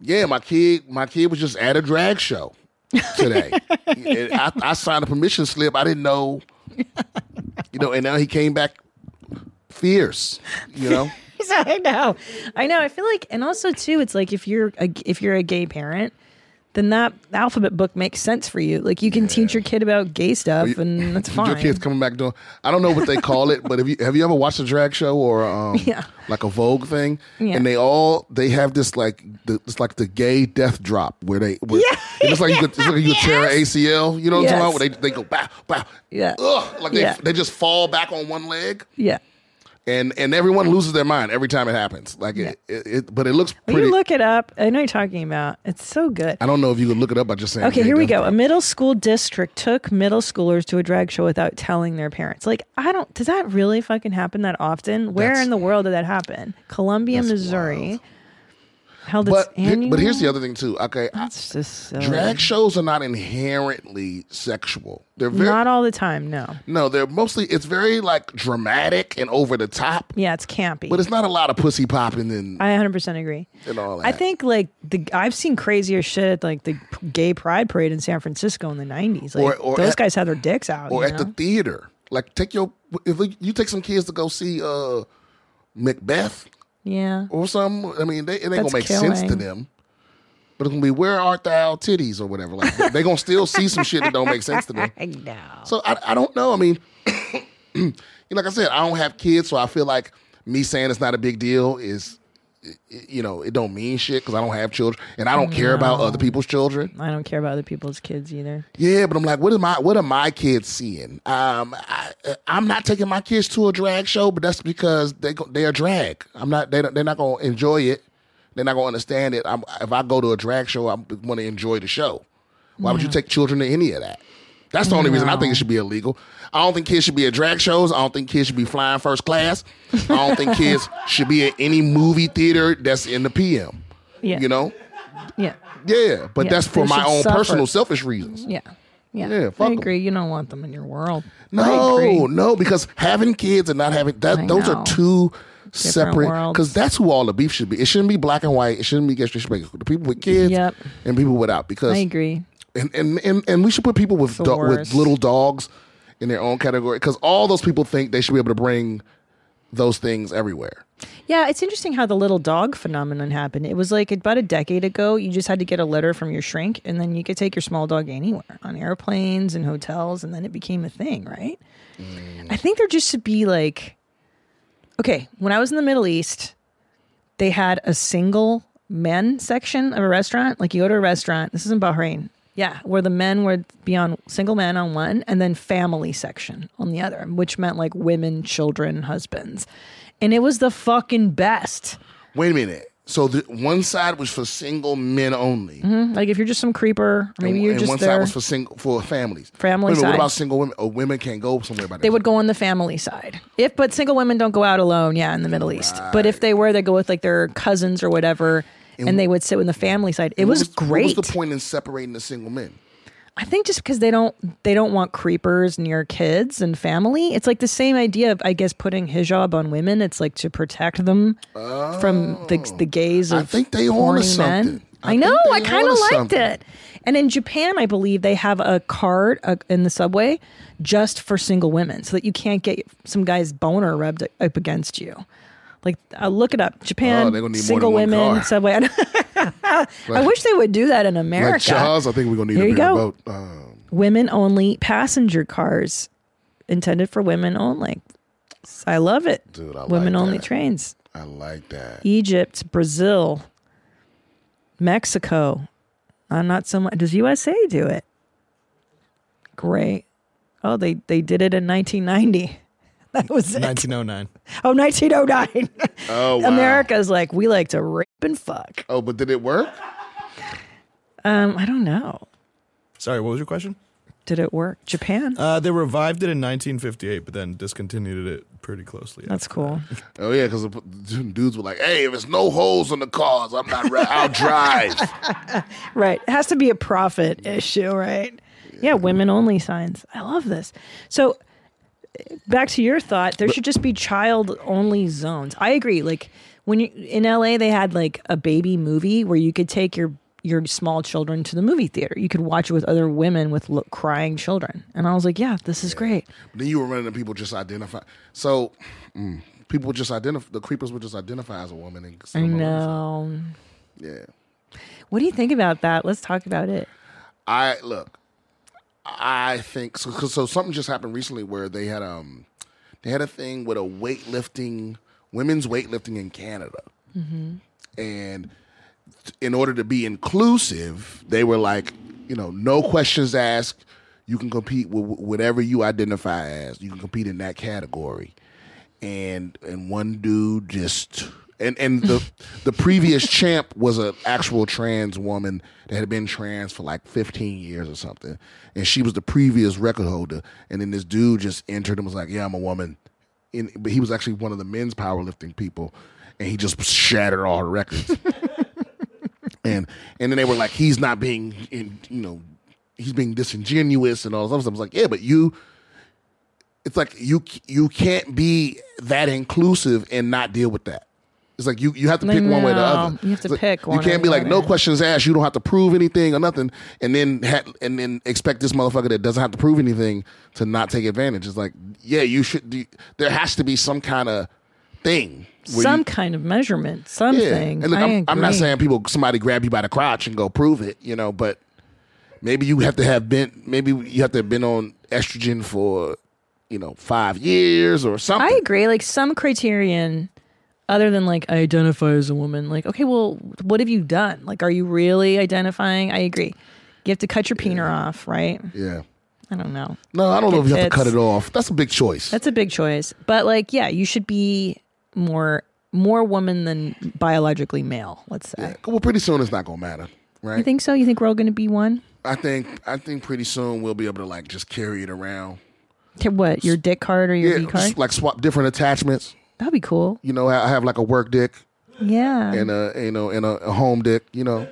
[SPEAKER 4] yeah, my kid my kid was just at a drag show today. And I, I signed a permission slip. I didn't know, you know, and now he came back fierce. You know.
[SPEAKER 5] I know. I know. I feel like, and also too, it's like if you're a, if you're a gay parent, then that alphabet book makes sense for you. Like you can teach your kid about gay stuff, and that's fine.
[SPEAKER 4] Your kids coming back doing. I don't know what they call it, but have you have you ever watched a drag show or um,
[SPEAKER 5] Yeah.
[SPEAKER 4] like a Vogue thing?
[SPEAKER 5] Yeah.
[SPEAKER 4] And they all they have this like the, it's like the gay death drop where they where,
[SPEAKER 5] Yeah.
[SPEAKER 4] it looks like you could, it's like you could tear an ACL. You know what I'm talking about? Where
[SPEAKER 5] Yes.
[SPEAKER 4] they they go bow bow
[SPEAKER 5] Yeah.
[SPEAKER 4] Ugh, like they
[SPEAKER 5] Yeah.
[SPEAKER 4] they just fall back on one leg.
[SPEAKER 5] yeah.
[SPEAKER 4] And and everyone loses their mind every time it happens. Like it, it, it but it looks
[SPEAKER 5] Will
[SPEAKER 4] pretty.
[SPEAKER 5] you look it up? I know you're talking about. It's so good.
[SPEAKER 4] I don't know if you could look it up by just saying.
[SPEAKER 5] Okay,
[SPEAKER 4] gay
[SPEAKER 5] here we
[SPEAKER 4] death
[SPEAKER 5] go. A
[SPEAKER 4] drop.
[SPEAKER 5] middle school district took middle schoolers to a drag show without telling their parents. Like, I don't, does that really fucking happen that often? Where
[SPEAKER 4] That's-
[SPEAKER 5] in the world did that happen? Columbia,
[SPEAKER 4] That's
[SPEAKER 5] Missouri
[SPEAKER 4] wild.
[SPEAKER 5] held its
[SPEAKER 4] But
[SPEAKER 5] annual.
[SPEAKER 4] but here's the other thing too. Okay, I-
[SPEAKER 5] That's just so.
[SPEAKER 4] drag shows are not inherently sexual. They're very
[SPEAKER 5] Not all the time, no.
[SPEAKER 4] No, they're mostly it's very like dramatic and over the top,
[SPEAKER 5] Yeah, it's campy.
[SPEAKER 4] but it's not a lot of pussy popping and,
[SPEAKER 5] I 100% agree.
[SPEAKER 4] and all that.
[SPEAKER 5] I think like the I've seen crazier shit at like the p- gay pride parade in San Francisco in the 90s. Like
[SPEAKER 4] Or- or
[SPEAKER 5] those
[SPEAKER 4] at-
[SPEAKER 5] guys had their dicks out.
[SPEAKER 4] or
[SPEAKER 5] you
[SPEAKER 4] at the
[SPEAKER 5] know?
[SPEAKER 4] theater, like take your if you take some kids to go see uh Macbeth
[SPEAKER 5] yeah.
[SPEAKER 4] or something. I mean, they, it ain't
[SPEAKER 5] That's
[SPEAKER 4] gonna make sense to
[SPEAKER 5] killing.
[SPEAKER 4] them. But it's gonna be where art thou titties or whatever. Like they- they gonna still see some shit that don't make sense to them.
[SPEAKER 5] No.
[SPEAKER 4] So I, I don't know. I mean, you know, like I said, I don't have kids, so I feel like me saying it's not a big deal is, i- i- you know, it don't mean shit because I don't have children and I don't care about other people's children.
[SPEAKER 5] I don't care about other people's kids either.
[SPEAKER 4] Yeah, but I'm like, what am I? What are my kids seeing? Um, I, uh, I'm not taking my kids to a drag show, but that's because they go, they are drag. I'm not. They don't, they're not gonna enjoy it. They're not gonna understand it. I'm, if I go to a drag show, I'm gonna enjoy the show. Why would you take children to any of that? That's the only reason I think it should be illegal. I don't think kids should be at drag shows. I don't think kids should be flying first class. I don't think kids should be at any movie theater that's in the PM.
[SPEAKER 5] Yeah.
[SPEAKER 4] You know?
[SPEAKER 5] Yeah.
[SPEAKER 4] Yeah, but
[SPEAKER 5] Yeah,
[SPEAKER 4] that's for
[SPEAKER 5] they
[SPEAKER 4] my
[SPEAKER 5] should
[SPEAKER 4] own
[SPEAKER 5] suffer.
[SPEAKER 4] personal selfish reasons.
[SPEAKER 5] Yeah. Yeah.
[SPEAKER 4] Yeah, fuck
[SPEAKER 5] I
[SPEAKER 4] 'em.
[SPEAKER 5] agree. You don't want them in your world. I
[SPEAKER 4] No,
[SPEAKER 5] agree.
[SPEAKER 4] no, because having kids and not having that
[SPEAKER 5] I
[SPEAKER 4] those
[SPEAKER 5] know.
[SPEAKER 4] are two separate
[SPEAKER 5] worlds.
[SPEAKER 4] because that's who all the beef should be. It shouldn't be black and white. It shouldn't be gay straight straight. The people with kids
[SPEAKER 5] Yep.
[SPEAKER 4] and people without because
[SPEAKER 5] I agree.
[SPEAKER 4] and and and, and we should put people with
[SPEAKER 5] the
[SPEAKER 4] do- with
[SPEAKER 5] worst.
[SPEAKER 4] little dogs in their own category because all those people think they should be able to bring those things everywhere.
[SPEAKER 5] Yeah, it's interesting how the little dog phenomenon happened. It was like about a decade ago, you just had to get a letter from your shrink, and then you could take your small dog anywhere on airplanes and hotels, and then it became a thing, right? I think there just should be like, okay, when I was in the Middle East, they had a single men section of a restaurant. Like you go to a restaurant, this is in Bahrain. Yeah, where the men would be on single men on one and then family section on the other, which meant like women, children, husbands. And it was the fucking best.
[SPEAKER 4] Wait a minute. So the one side was for single men only.
[SPEAKER 5] Like if you're just some creeper, or Mm-hmm. maybe
[SPEAKER 4] and,
[SPEAKER 5] you're
[SPEAKER 4] and
[SPEAKER 5] just
[SPEAKER 4] one side
[SPEAKER 5] there.
[SPEAKER 4] was for single for families.
[SPEAKER 5] Family
[SPEAKER 4] Wait a minute,
[SPEAKER 5] side.
[SPEAKER 4] What about single women? Oh, women can't go somewhere by
[SPEAKER 5] they would go on the family side. If but single women don't go out alone, yeah, in the Middle East. But if they were, they go with like their cousins or whatever, and, they would sit with the family side. It was, great.
[SPEAKER 4] What was the point in separating the single men?
[SPEAKER 5] I think just because they don't they don't want creepers near kids and family. It's like the same idea of I guess putting hijab on women. It's like to protect them from the the gaze of
[SPEAKER 4] Oh. I think they onto
[SPEAKER 5] horny men.
[SPEAKER 4] something. I
[SPEAKER 5] I, know.
[SPEAKER 4] think they
[SPEAKER 5] I kind of
[SPEAKER 4] onto
[SPEAKER 5] liked
[SPEAKER 4] something.
[SPEAKER 5] it. And in Japan, I believe they have a card uh, in the subway just for single women, so that you can't get some guy's boner rubbed up against you. Like, uh, look it up. Japan,
[SPEAKER 4] Oh, they're gonna need more
[SPEAKER 5] single
[SPEAKER 4] than one
[SPEAKER 5] women,
[SPEAKER 4] car.
[SPEAKER 5] subway. I wish they would do that in America.
[SPEAKER 4] Like Jaws, I think we're gonna need
[SPEAKER 5] Here
[SPEAKER 4] a
[SPEAKER 5] you
[SPEAKER 4] bigger
[SPEAKER 5] go.
[SPEAKER 4] boat. Um,
[SPEAKER 5] women only passenger cars intended for women only. I love it.
[SPEAKER 4] Dude, I like
[SPEAKER 5] women only
[SPEAKER 4] that.
[SPEAKER 5] trains.
[SPEAKER 4] I like that.
[SPEAKER 5] Egypt, Brazil, Mexico. Uh, not so much. Does USA do it? Great. Oh, they, they did it in 1990. That was it.
[SPEAKER 8] 1909.
[SPEAKER 5] oh, 1909.
[SPEAKER 4] Oh, wow.
[SPEAKER 5] America's like, we like to rape and fuck.
[SPEAKER 4] Oh, but did it work?
[SPEAKER 5] Um, I don't know.
[SPEAKER 8] Sorry, what was your question?
[SPEAKER 5] Did it work? Japan?
[SPEAKER 8] Uh, they revived it in 1958, but then discontinued it pretty closely.
[SPEAKER 5] That's cool.
[SPEAKER 4] Oh yeah, because dudes were like, "Hey, if it's no holes in the cars, I'm not. Ra- I'll drive."
[SPEAKER 5] Right. It has to be a profit issue, right? Yeah, women only signs. I love this. So back to your thought, there should just be child only zones. I agree. Like when you in LA they had like a baby movie where you could take your your small children to the movie theater. You could watch it with other women with lo- crying children. And I was like, yeah, this is great.
[SPEAKER 4] then you were running into people just identify. So mm, people just identify. The creepers would just identify as a woman. And
[SPEAKER 5] I know.
[SPEAKER 4] Yeah.
[SPEAKER 5] What do you think about that? Let's talk about it.
[SPEAKER 4] I look. I think so. 'cause- so something just happened recently where they had um they had a thing with a weightlifting women's weightlifting in Canada, and in order to be inclusive, they were like, you know, no questions asked. You can compete with wh- whatever you identify as. You can compete in that category. And and one dude just and and the the previous champ was an actual trans woman that had been trans for like 15 years or something. And she was the previous record holder. And then this dude just entered and was like, "Yeah, I'm a woman." And, but he was actually one of the men's powerlifting people, and he just shattered all her records and and then they were like, he's not being, in, you know, he's being disingenuous and all this other stuff. I was like, yeah, but you, it's like you you can't be that inclusive and not deal with that. It's like you, you have to
[SPEAKER 5] Like,
[SPEAKER 4] pick one way or the
[SPEAKER 5] no,
[SPEAKER 4] other.
[SPEAKER 5] you have to
[SPEAKER 4] It's like,
[SPEAKER 5] pick one
[SPEAKER 4] You can't
[SPEAKER 5] or
[SPEAKER 4] be
[SPEAKER 5] the
[SPEAKER 4] like no
[SPEAKER 5] other.
[SPEAKER 4] questions asked. You don't have to prove anything or nothing, and then ha- and then expect this motherfucker that doesn't have to prove anything to not take advantage. It's like yeah, you should. Do, there has to be some kind of thing. where
[SPEAKER 5] some
[SPEAKER 4] you-
[SPEAKER 5] kind of measurement, something.
[SPEAKER 4] and look,
[SPEAKER 5] I
[SPEAKER 4] I'm, I'm not
[SPEAKER 5] agree.
[SPEAKER 4] saying people somebody grab you by the crotch and go prove it, you know, but maybe you have to have been maybe you have to have been on estrogen for you know five years or
[SPEAKER 5] I
[SPEAKER 4] something.
[SPEAKER 5] agree. Like some criterion other than like I identify as a woman. Like, okay, well, what have you done? Like, are you really identifying? I agree. You have to cut your peener off, right?
[SPEAKER 4] yeah.
[SPEAKER 5] I don't know.
[SPEAKER 4] No, I don't know if you have to cut
[SPEAKER 5] It's-
[SPEAKER 4] it off. That's a big choice.
[SPEAKER 5] That's a big choice. But like, yeah, you should be more more woman than biologically male, let's say.
[SPEAKER 4] well, pretty soon it's not gonna matter, right?
[SPEAKER 5] You think so? You think we're all gonna be one?
[SPEAKER 4] I think I think pretty soon we'll be able to like just carry it around.
[SPEAKER 5] Okay, What, your dick card or your V
[SPEAKER 4] just,
[SPEAKER 5] card?
[SPEAKER 4] like swap different attachments.
[SPEAKER 5] That'd be cool.
[SPEAKER 4] You know, I I have like a work dick
[SPEAKER 5] Yeah.
[SPEAKER 4] and a you know and a, a home dick. You know,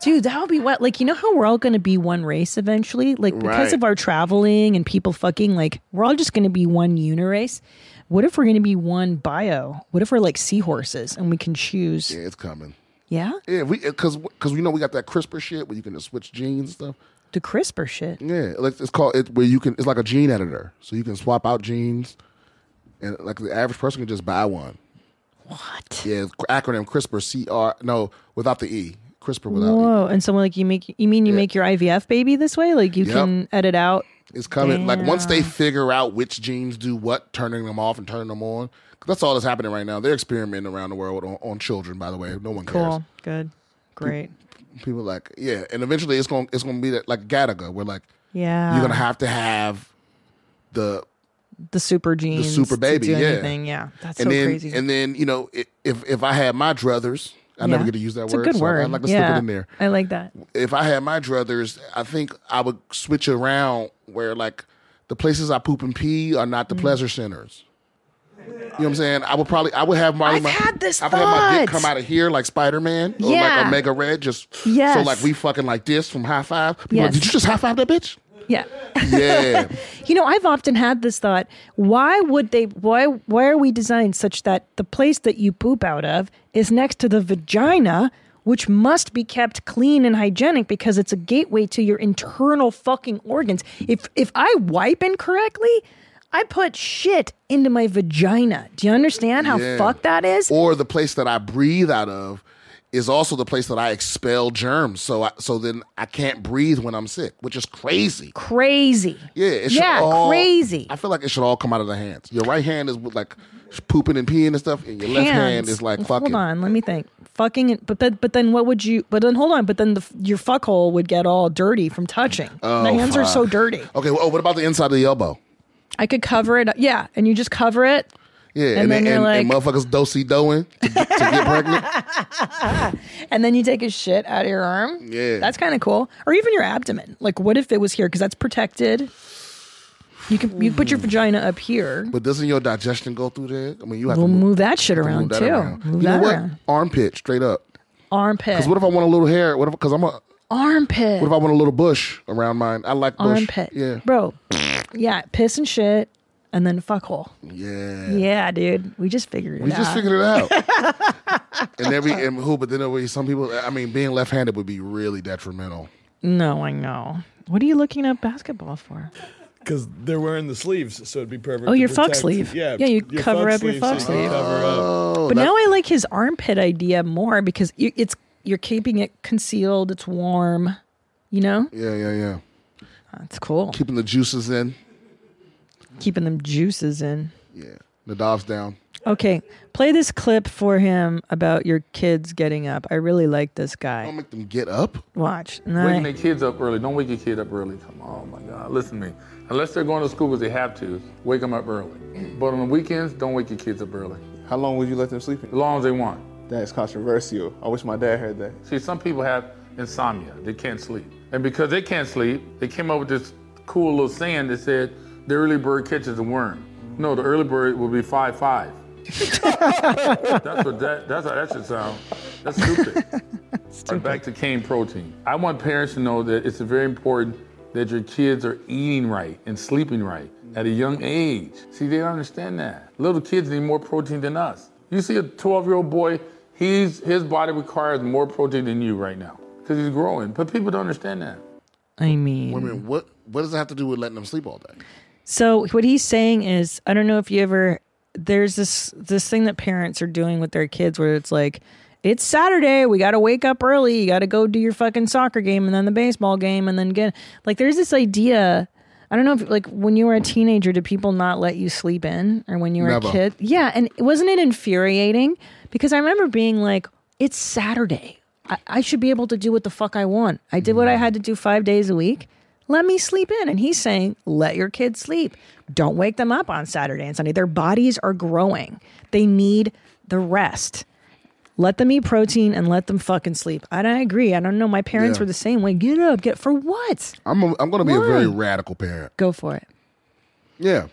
[SPEAKER 5] Dude, that would be what like you know how we're all going to be one race eventually? Like because
[SPEAKER 4] Right.
[SPEAKER 5] of our traveling and people fucking like we're all just going to be one unirace. What if we're going to be one bio? What if we're like seahorses and we can choose?
[SPEAKER 4] yeah, it's coming.
[SPEAKER 5] Yeah.
[SPEAKER 4] Yeah, we uh, because because we know we got that CRISPR shit where you can just switch genes and stuff.
[SPEAKER 5] The CRISPR shit.
[SPEAKER 4] Yeah, like it's called it where you can it's like a gene editor, so you can swap out genes, and like the average person can just buy one.
[SPEAKER 5] What?
[SPEAKER 4] Yeah, it's acronym CRISPR C R no without the E CRISPR without E.
[SPEAKER 5] Whoa. And someone like you make you mean you make your IVF baby this way? Like you
[SPEAKER 4] Yep.
[SPEAKER 5] can edit out
[SPEAKER 4] It's coming like once they figure out which genes do what, turning them off and turning them on. 'Cause That's all that's happening right now. They're experimenting around the world on, on children. By the way, no one cares.
[SPEAKER 5] Cool. Good. Great.
[SPEAKER 4] People like yeah, and eventually it's gonna it's gonna be that like Gattaca, where like
[SPEAKER 5] Yeah.
[SPEAKER 4] you're gonna have to have the
[SPEAKER 5] the super genes.
[SPEAKER 4] super baby,
[SPEAKER 5] To do
[SPEAKER 4] yeah.
[SPEAKER 5] Anything. Yeah. That's
[SPEAKER 4] and
[SPEAKER 5] so
[SPEAKER 4] then
[SPEAKER 5] crazy.
[SPEAKER 4] and then you know i- if if I had my druthers I never
[SPEAKER 5] Yeah.
[SPEAKER 4] get to use that
[SPEAKER 5] It's
[SPEAKER 4] word.
[SPEAKER 5] a good
[SPEAKER 4] so
[SPEAKER 5] word.
[SPEAKER 4] I'd like to
[SPEAKER 5] yeah.
[SPEAKER 4] slip it in there.
[SPEAKER 5] I like that.
[SPEAKER 4] If I had my druthers, I think I would switch around where like the places I poop and pee are not the
[SPEAKER 5] Mm.
[SPEAKER 4] pleasure centers. You know what I'm saying? I would probably I would have my
[SPEAKER 5] I've
[SPEAKER 4] my,
[SPEAKER 5] had this
[SPEAKER 4] I would have my dick
[SPEAKER 5] thought.
[SPEAKER 4] come out of here like Spider Man or like
[SPEAKER 7] Yeah.
[SPEAKER 4] Omega Red, just so
[SPEAKER 5] Yes.
[SPEAKER 4] like we fucking like this from high five. People are like,
[SPEAKER 5] Yes.
[SPEAKER 4] Did you just high five that bitch?
[SPEAKER 5] Yeah.
[SPEAKER 4] Yeah.
[SPEAKER 5] You know, I've often had this thought: Why would they? Why? Why are we designed such that the place that you poop out of is next to the vagina, which must be kept clean and hygienic because it's a gateway to your internal fucking organs. If if I wipe incorrectly, I put shit into my vagina. Do you understand how
[SPEAKER 4] Yeah.
[SPEAKER 5] fucked that is?
[SPEAKER 4] or the place that I breathe out of is also the place that I expel germs. So I, so then I can't breathe when I'm sick, which is crazy.
[SPEAKER 5] crazy.
[SPEAKER 4] Yeah, it should
[SPEAKER 5] yeah,
[SPEAKER 4] all-
[SPEAKER 5] crazy.
[SPEAKER 4] I feel like it should all come out of the hands. Your right hand is with like pooping and peeing and stuff, and your left hand
[SPEAKER 5] Hands.
[SPEAKER 4] is like
[SPEAKER 5] Hold
[SPEAKER 4] fucking.
[SPEAKER 5] on, let me think. Fucking, but then, but then what would you? But then hold on. But then the your fuck hole would get all dirty from touching. the hands are so dirty.
[SPEAKER 4] Oh, Okay. Well, oh, what about the inside of the elbow?
[SPEAKER 5] I could cover it. up- Yeah, and you just cover it.
[SPEAKER 4] Yeah,
[SPEAKER 5] And then you're
[SPEAKER 4] and
[SPEAKER 5] like-
[SPEAKER 4] motherfuckers dosey doing to, get- to get pregnant.
[SPEAKER 5] and then you take a shit out of your arm.
[SPEAKER 4] Yeah.
[SPEAKER 5] that's kind of cool. Or even your abdomen. Like, what if it was here? Because that's protected. You can you
[SPEAKER 4] Hmm.
[SPEAKER 5] put your vagina up here.
[SPEAKER 4] But doesn't your digestion go through there? I mean, you have
[SPEAKER 5] We'll
[SPEAKER 4] to move,
[SPEAKER 5] move that shit
[SPEAKER 4] move
[SPEAKER 5] around
[SPEAKER 4] that
[SPEAKER 5] too.
[SPEAKER 4] around.
[SPEAKER 5] Move
[SPEAKER 4] you know
[SPEAKER 5] that
[SPEAKER 4] what?
[SPEAKER 5] around.
[SPEAKER 4] Armpit straight up.
[SPEAKER 5] Armpit.
[SPEAKER 4] Because what if I want a little hair? What if? Because I'm a
[SPEAKER 5] armpit?
[SPEAKER 4] What if I want a little bush around mine? I like bush.
[SPEAKER 5] armpit?
[SPEAKER 4] Yeah.
[SPEAKER 5] bro. Yeah, piss and shit, and then fuck hole.
[SPEAKER 4] Yeah.
[SPEAKER 5] Yeah, dude. We just figured it
[SPEAKER 4] We
[SPEAKER 5] out.
[SPEAKER 4] just figured it out. and every and who, but then there were some people. I mean, being left-handed would be really detrimental.
[SPEAKER 5] no, I know. What are you looking up basketball for?
[SPEAKER 8] Because they're wearing the sleeves, so it'd be perfect.
[SPEAKER 5] Oh,
[SPEAKER 8] to
[SPEAKER 5] your fuck
[SPEAKER 8] protect-
[SPEAKER 5] sleeve.
[SPEAKER 8] Yeah,
[SPEAKER 5] Yeah, you
[SPEAKER 8] your
[SPEAKER 5] cover up your
[SPEAKER 8] so
[SPEAKER 5] fuck
[SPEAKER 8] you
[SPEAKER 5] sleeve. Oh.
[SPEAKER 8] cover up.
[SPEAKER 4] Oh,
[SPEAKER 5] but now I like his armpit idea more because you, it's you're keeping it concealed. It's warm. You know,
[SPEAKER 4] Yeah, yeah, yeah.
[SPEAKER 5] that's cool.
[SPEAKER 4] Keeping the juices in.
[SPEAKER 5] Keeping them juices in.
[SPEAKER 4] Yeah. Nadav's down.
[SPEAKER 5] Okay, play this clip for him about your kids getting up. I really like this
[SPEAKER 4] Don't
[SPEAKER 5] guy.
[SPEAKER 4] make them get up.
[SPEAKER 5] Watch. And
[SPEAKER 10] Waking
[SPEAKER 5] I,
[SPEAKER 10] their kids up early. Don't wake your kid up early. Come on, oh my God. Listen to me. Unless they're going to school because they have to, wake them up early. But on the weekends, don't wake your kids up early.
[SPEAKER 11] How long would you let them sleep in?
[SPEAKER 10] As long as they want.
[SPEAKER 11] That is controversial. I wish my dad heard that.
[SPEAKER 10] See, some people have insomnia. They can't sleep. And because they can't sleep, they came up with this cool little saying that said, the early bird catches the worm. No, the early bird will be five five. that's what that that's how that should sound. That's stupid. All right, back to cane protein. I want parents to know that it's very important that your kids are eating right and sleeping right at a young age. See, they don't understand that. Little kids need more protein than us. You see a 12-year-old boy, he's his body requires more protein than you right now because he's growing. But people don't understand that.
[SPEAKER 5] I mean,
[SPEAKER 4] I mean, what what does it have to do with letting them sleep all day?
[SPEAKER 5] So what he's saying is, I don't know if you ever there's this this thing that parents are doing with their kids where it's like, it's Saturday, we got to wake up early, you got to go do your fucking soccer game and then the baseball game and then get like there's this idea. I don't know if like when you were a teenager, did people not let you sleep in, or when you were
[SPEAKER 4] Never.
[SPEAKER 5] a kid? Yeah, and wasn't it infuriating? Because I remember being like, it's Saturday. I, I should be able to do what the fuck I want. I did what I had to do five days a week. Let me sleep in. And he's saying, let your kids sleep. Don't wake them up on Saturday and Sunday. Their bodies are growing, they need the rest. Let them eat protein and let them fucking sleep. And I agree. I don't know. My parents
[SPEAKER 4] Yeah.
[SPEAKER 5] were the same way. Get up, get for what?
[SPEAKER 4] I'm a, I'm going to be a very
[SPEAKER 5] Why?
[SPEAKER 4] radical parent.
[SPEAKER 5] Go for it.
[SPEAKER 4] Yeah.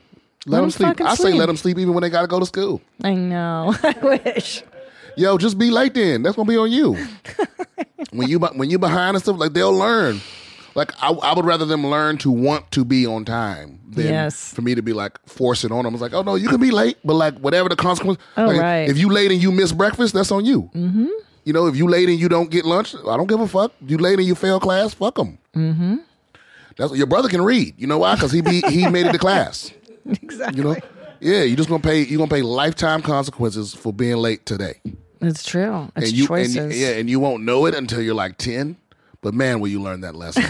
[SPEAKER 4] Let,
[SPEAKER 5] 'em
[SPEAKER 4] them sleep.
[SPEAKER 5] fucking
[SPEAKER 4] I say
[SPEAKER 5] sleep.
[SPEAKER 4] let them sleep even when they got to go to school.
[SPEAKER 5] I know. I wish.
[SPEAKER 4] Yo, just be late then. That's gonna be on you. when you be- when you behind and stuff, like they'll learn. Like I, I would rather them learn to want to be on time than
[SPEAKER 5] Yes.
[SPEAKER 4] for me to be like force it on them. It's like, oh no, you can be late, but like whatever the consequence.
[SPEAKER 5] Oh,
[SPEAKER 4] like,
[SPEAKER 5] right.
[SPEAKER 4] If you late and you miss breakfast, that's on you. Mm-hmm. You know, if you late and you don't get lunch, I don't give a fuck. You late and you fail class, fuck them. Mm-hmm. That's your brother can read. You know why? Because he be, he made it to class.
[SPEAKER 5] Exactly.
[SPEAKER 4] You know. Yeah, you're just gonna pay. You're gonna pay lifetime consequences for being late today
[SPEAKER 5] It's true. It's
[SPEAKER 4] and you
[SPEAKER 5] choices.
[SPEAKER 4] And, yeah, and you won't know it until you're like ten. But man, will you learn that lesson?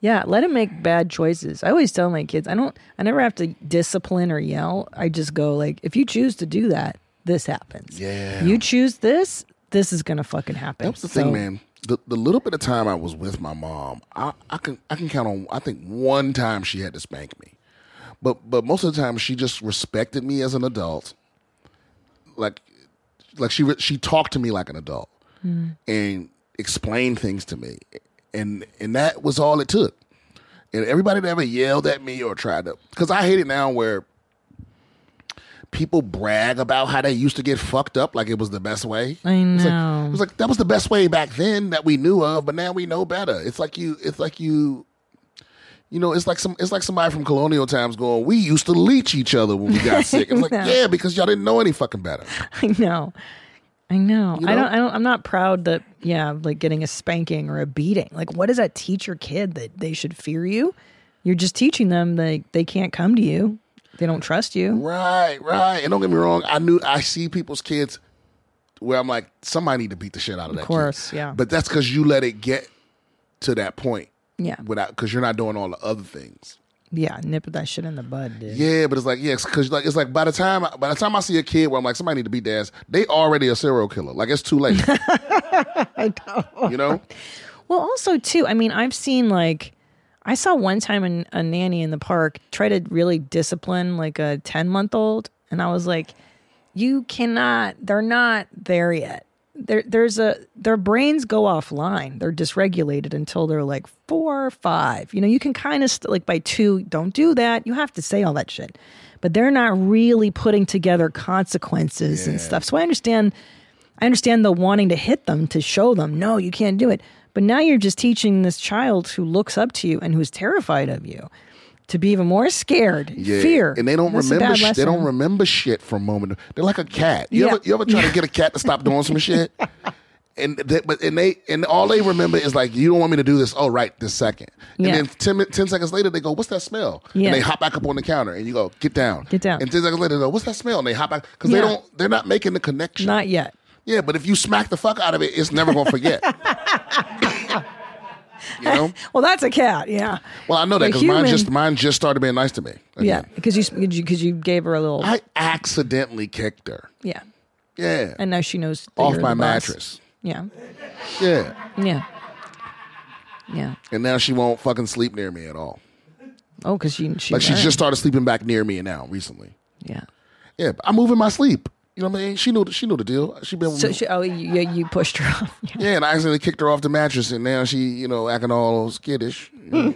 [SPEAKER 5] Yeah, let him make bad choices. I always tell my kids, I don't, I never have to discipline or yell. I just go like, if you choose to do that, this happens.
[SPEAKER 4] Yeah.
[SPEAKER 5] You choose this, this is gonna fucking happen.
[SPEAKER 4] that was the
[SPEAKER 5] So,
[SPEAKER 4] thing, man. The, the little bit of time I was with my mom, I, I can I can count on I think one time she had to spank me, but but most of the time she just respected me as an adult. Like like she re- she talked to me like an adult and explained things to me, and and that was all it took. And everybody that ever yelled at me or tried to, because I hate it now where people brag about how they used to get fucked up like it was the best way.
[SPEAKER 5] I
[SPEAKER 4] It's like-
[SPEAKER 5] know.
[SPEAKER 4] It was like that was the best way back then that we knew of, but now we know better. It's like you. It's like you. You know, it's like some. It's like somebody from colonial times going. We used to leech each other when we got sick. It's like
[SPEAKER 5] No.
[SPEAKER 4] yeah, because y'all didn't know any fucking better.
[SPEAKER 5] I know. I know.
[SPEAKER 4] You
[SPEAKER 5] I
[SPEAKER 4] know?
[SPEAKER 5] don't I don't I'm not proud that yeah, like getting a spanking or a beating. Like what does that teach your kid that they should fear you? You're just teaching them they they can't come to you. They don't trust you.
[SPEAKER 4] Right, right. And don't get me wrong. I knew. I see people's kids where I'm like, somebody need to beat the shit out of that.
[SPEAKER 5] Of course, yeah.
[SPEAKER 4] Kid. But that's because you let it get to that point
[SPEAKER 5] yeah.
[SPEAKER 4] without because you're not doing all the other things.
[SPEAKER 5] Yeah, nip that shit in the bud, dude.
[SPEAKER 4] Yeah, but it's like yes, because like it's like by the time by the time I see a kid where I'm like somebody need to beat their ass, they already a serial killer. Like it's too late. You know,
[SPEAKER 5] Well, also too, I mean, I've seen like I saw one time an, a nanny in the park try to really discipline like a 10 month old and I was like you cannot they're not there yet. There there's a their brains go offline. They're dysregulated until they're like 4 or 5. You know, you can kind of st- like by 2 don't do that. You have to say all that shit. But they're not really putting together consequences and stuff. So I understand I understand the wanting to hit them to show them, no, you can't do it. But now you're just teaching this child who looks up to you and who's terrified of you to be even more scared,
[SPEAKER 4] yeah,
[SPEAKER 5] fear,
[SPEAKER 4] and they don't
[SPEAKER 5] That's a
[SPEAKER 4] remember.
[SPEAKER 5] bad
[SPEAKER 4] Sh- they
[SPEAKER 5] lesson.
[SPEAKER 4] don't remember shit from moment. to- They're like a cat. You
[SPEAKER 5] Yeah.
[SPEAKER 4] ever you ever try to get a cat to stop doing some shit, and they, but and they and all they remember is like you don't want me to do this. Oh, right this second,
[SPEAKER 5] Yeah.
[SPEAKER 4] and then 10, mi- 10 seconds later they go, what's that smell?
[SPEAKER 5] Yeah.
[SPEAKER 4] And they hop back up on the counter, and you go, get down,
[SPEAKER 5] Get down.
[SPEAKER 4] And ten seconds later they go, what's that smell? And they hop back because
[SPEAKER 5] Yeah.
[SPEAKER 4] they don't. They're not making the connection.
[SPEAKER 5] Not yet.
[SPEAKER 4] yeah, but if you smack the fuck out of it, it's never gonna forget. you know.
[SPEAKER 5] Well, that's a cat. Yeah.
[SPEAKER 4] Well, I know that
[SPEAKER 5] A
[SPEAKER 4] because mine
[SPEAKER 5] human-
[SPEAKER 4] just mine just started being nice to me.
[SPEAKER 5] Yeah. Because you because you, 'cause you gave her a little.
[SPEAKER 4] I accidentally kicked her.
[SPEAKER 5] yeah.
[SPEAKER 4] Yeah.
[SPEAKER 5] And now she knows. that
[SPEAKER 4] off
[SPEAKER 5] you're
[SPEAKER 4] my
[SPEAKER 5] the boss.
[SPEAKER 4] mattress.
[SPEAKER 5] Yeah.
[SPEAKER 4] Yeah.
[SPEAKER 5] Yeah. Yeah.
[SPEAKER 4] And now she won't fucking sleep near me at all.
[SPEAKER 5] Oh, because she she
[SPEAKER 4] like she
[SPEAKER 5] learned.
[SPEAKER 4] just started sleeping back near me now recently.
[SPEAKER 5] yeah.
[SPEAKER 4] Yeah, but I move in my sleep. You know what I mean? She knew she knew the deal. She been
[SPEAKER 5] So she, oh you you- you pushed her off.
[SPEAKER 4] yeah, and I accidentally kicked her off the mattress, and now she you know acting all skittish. Oh,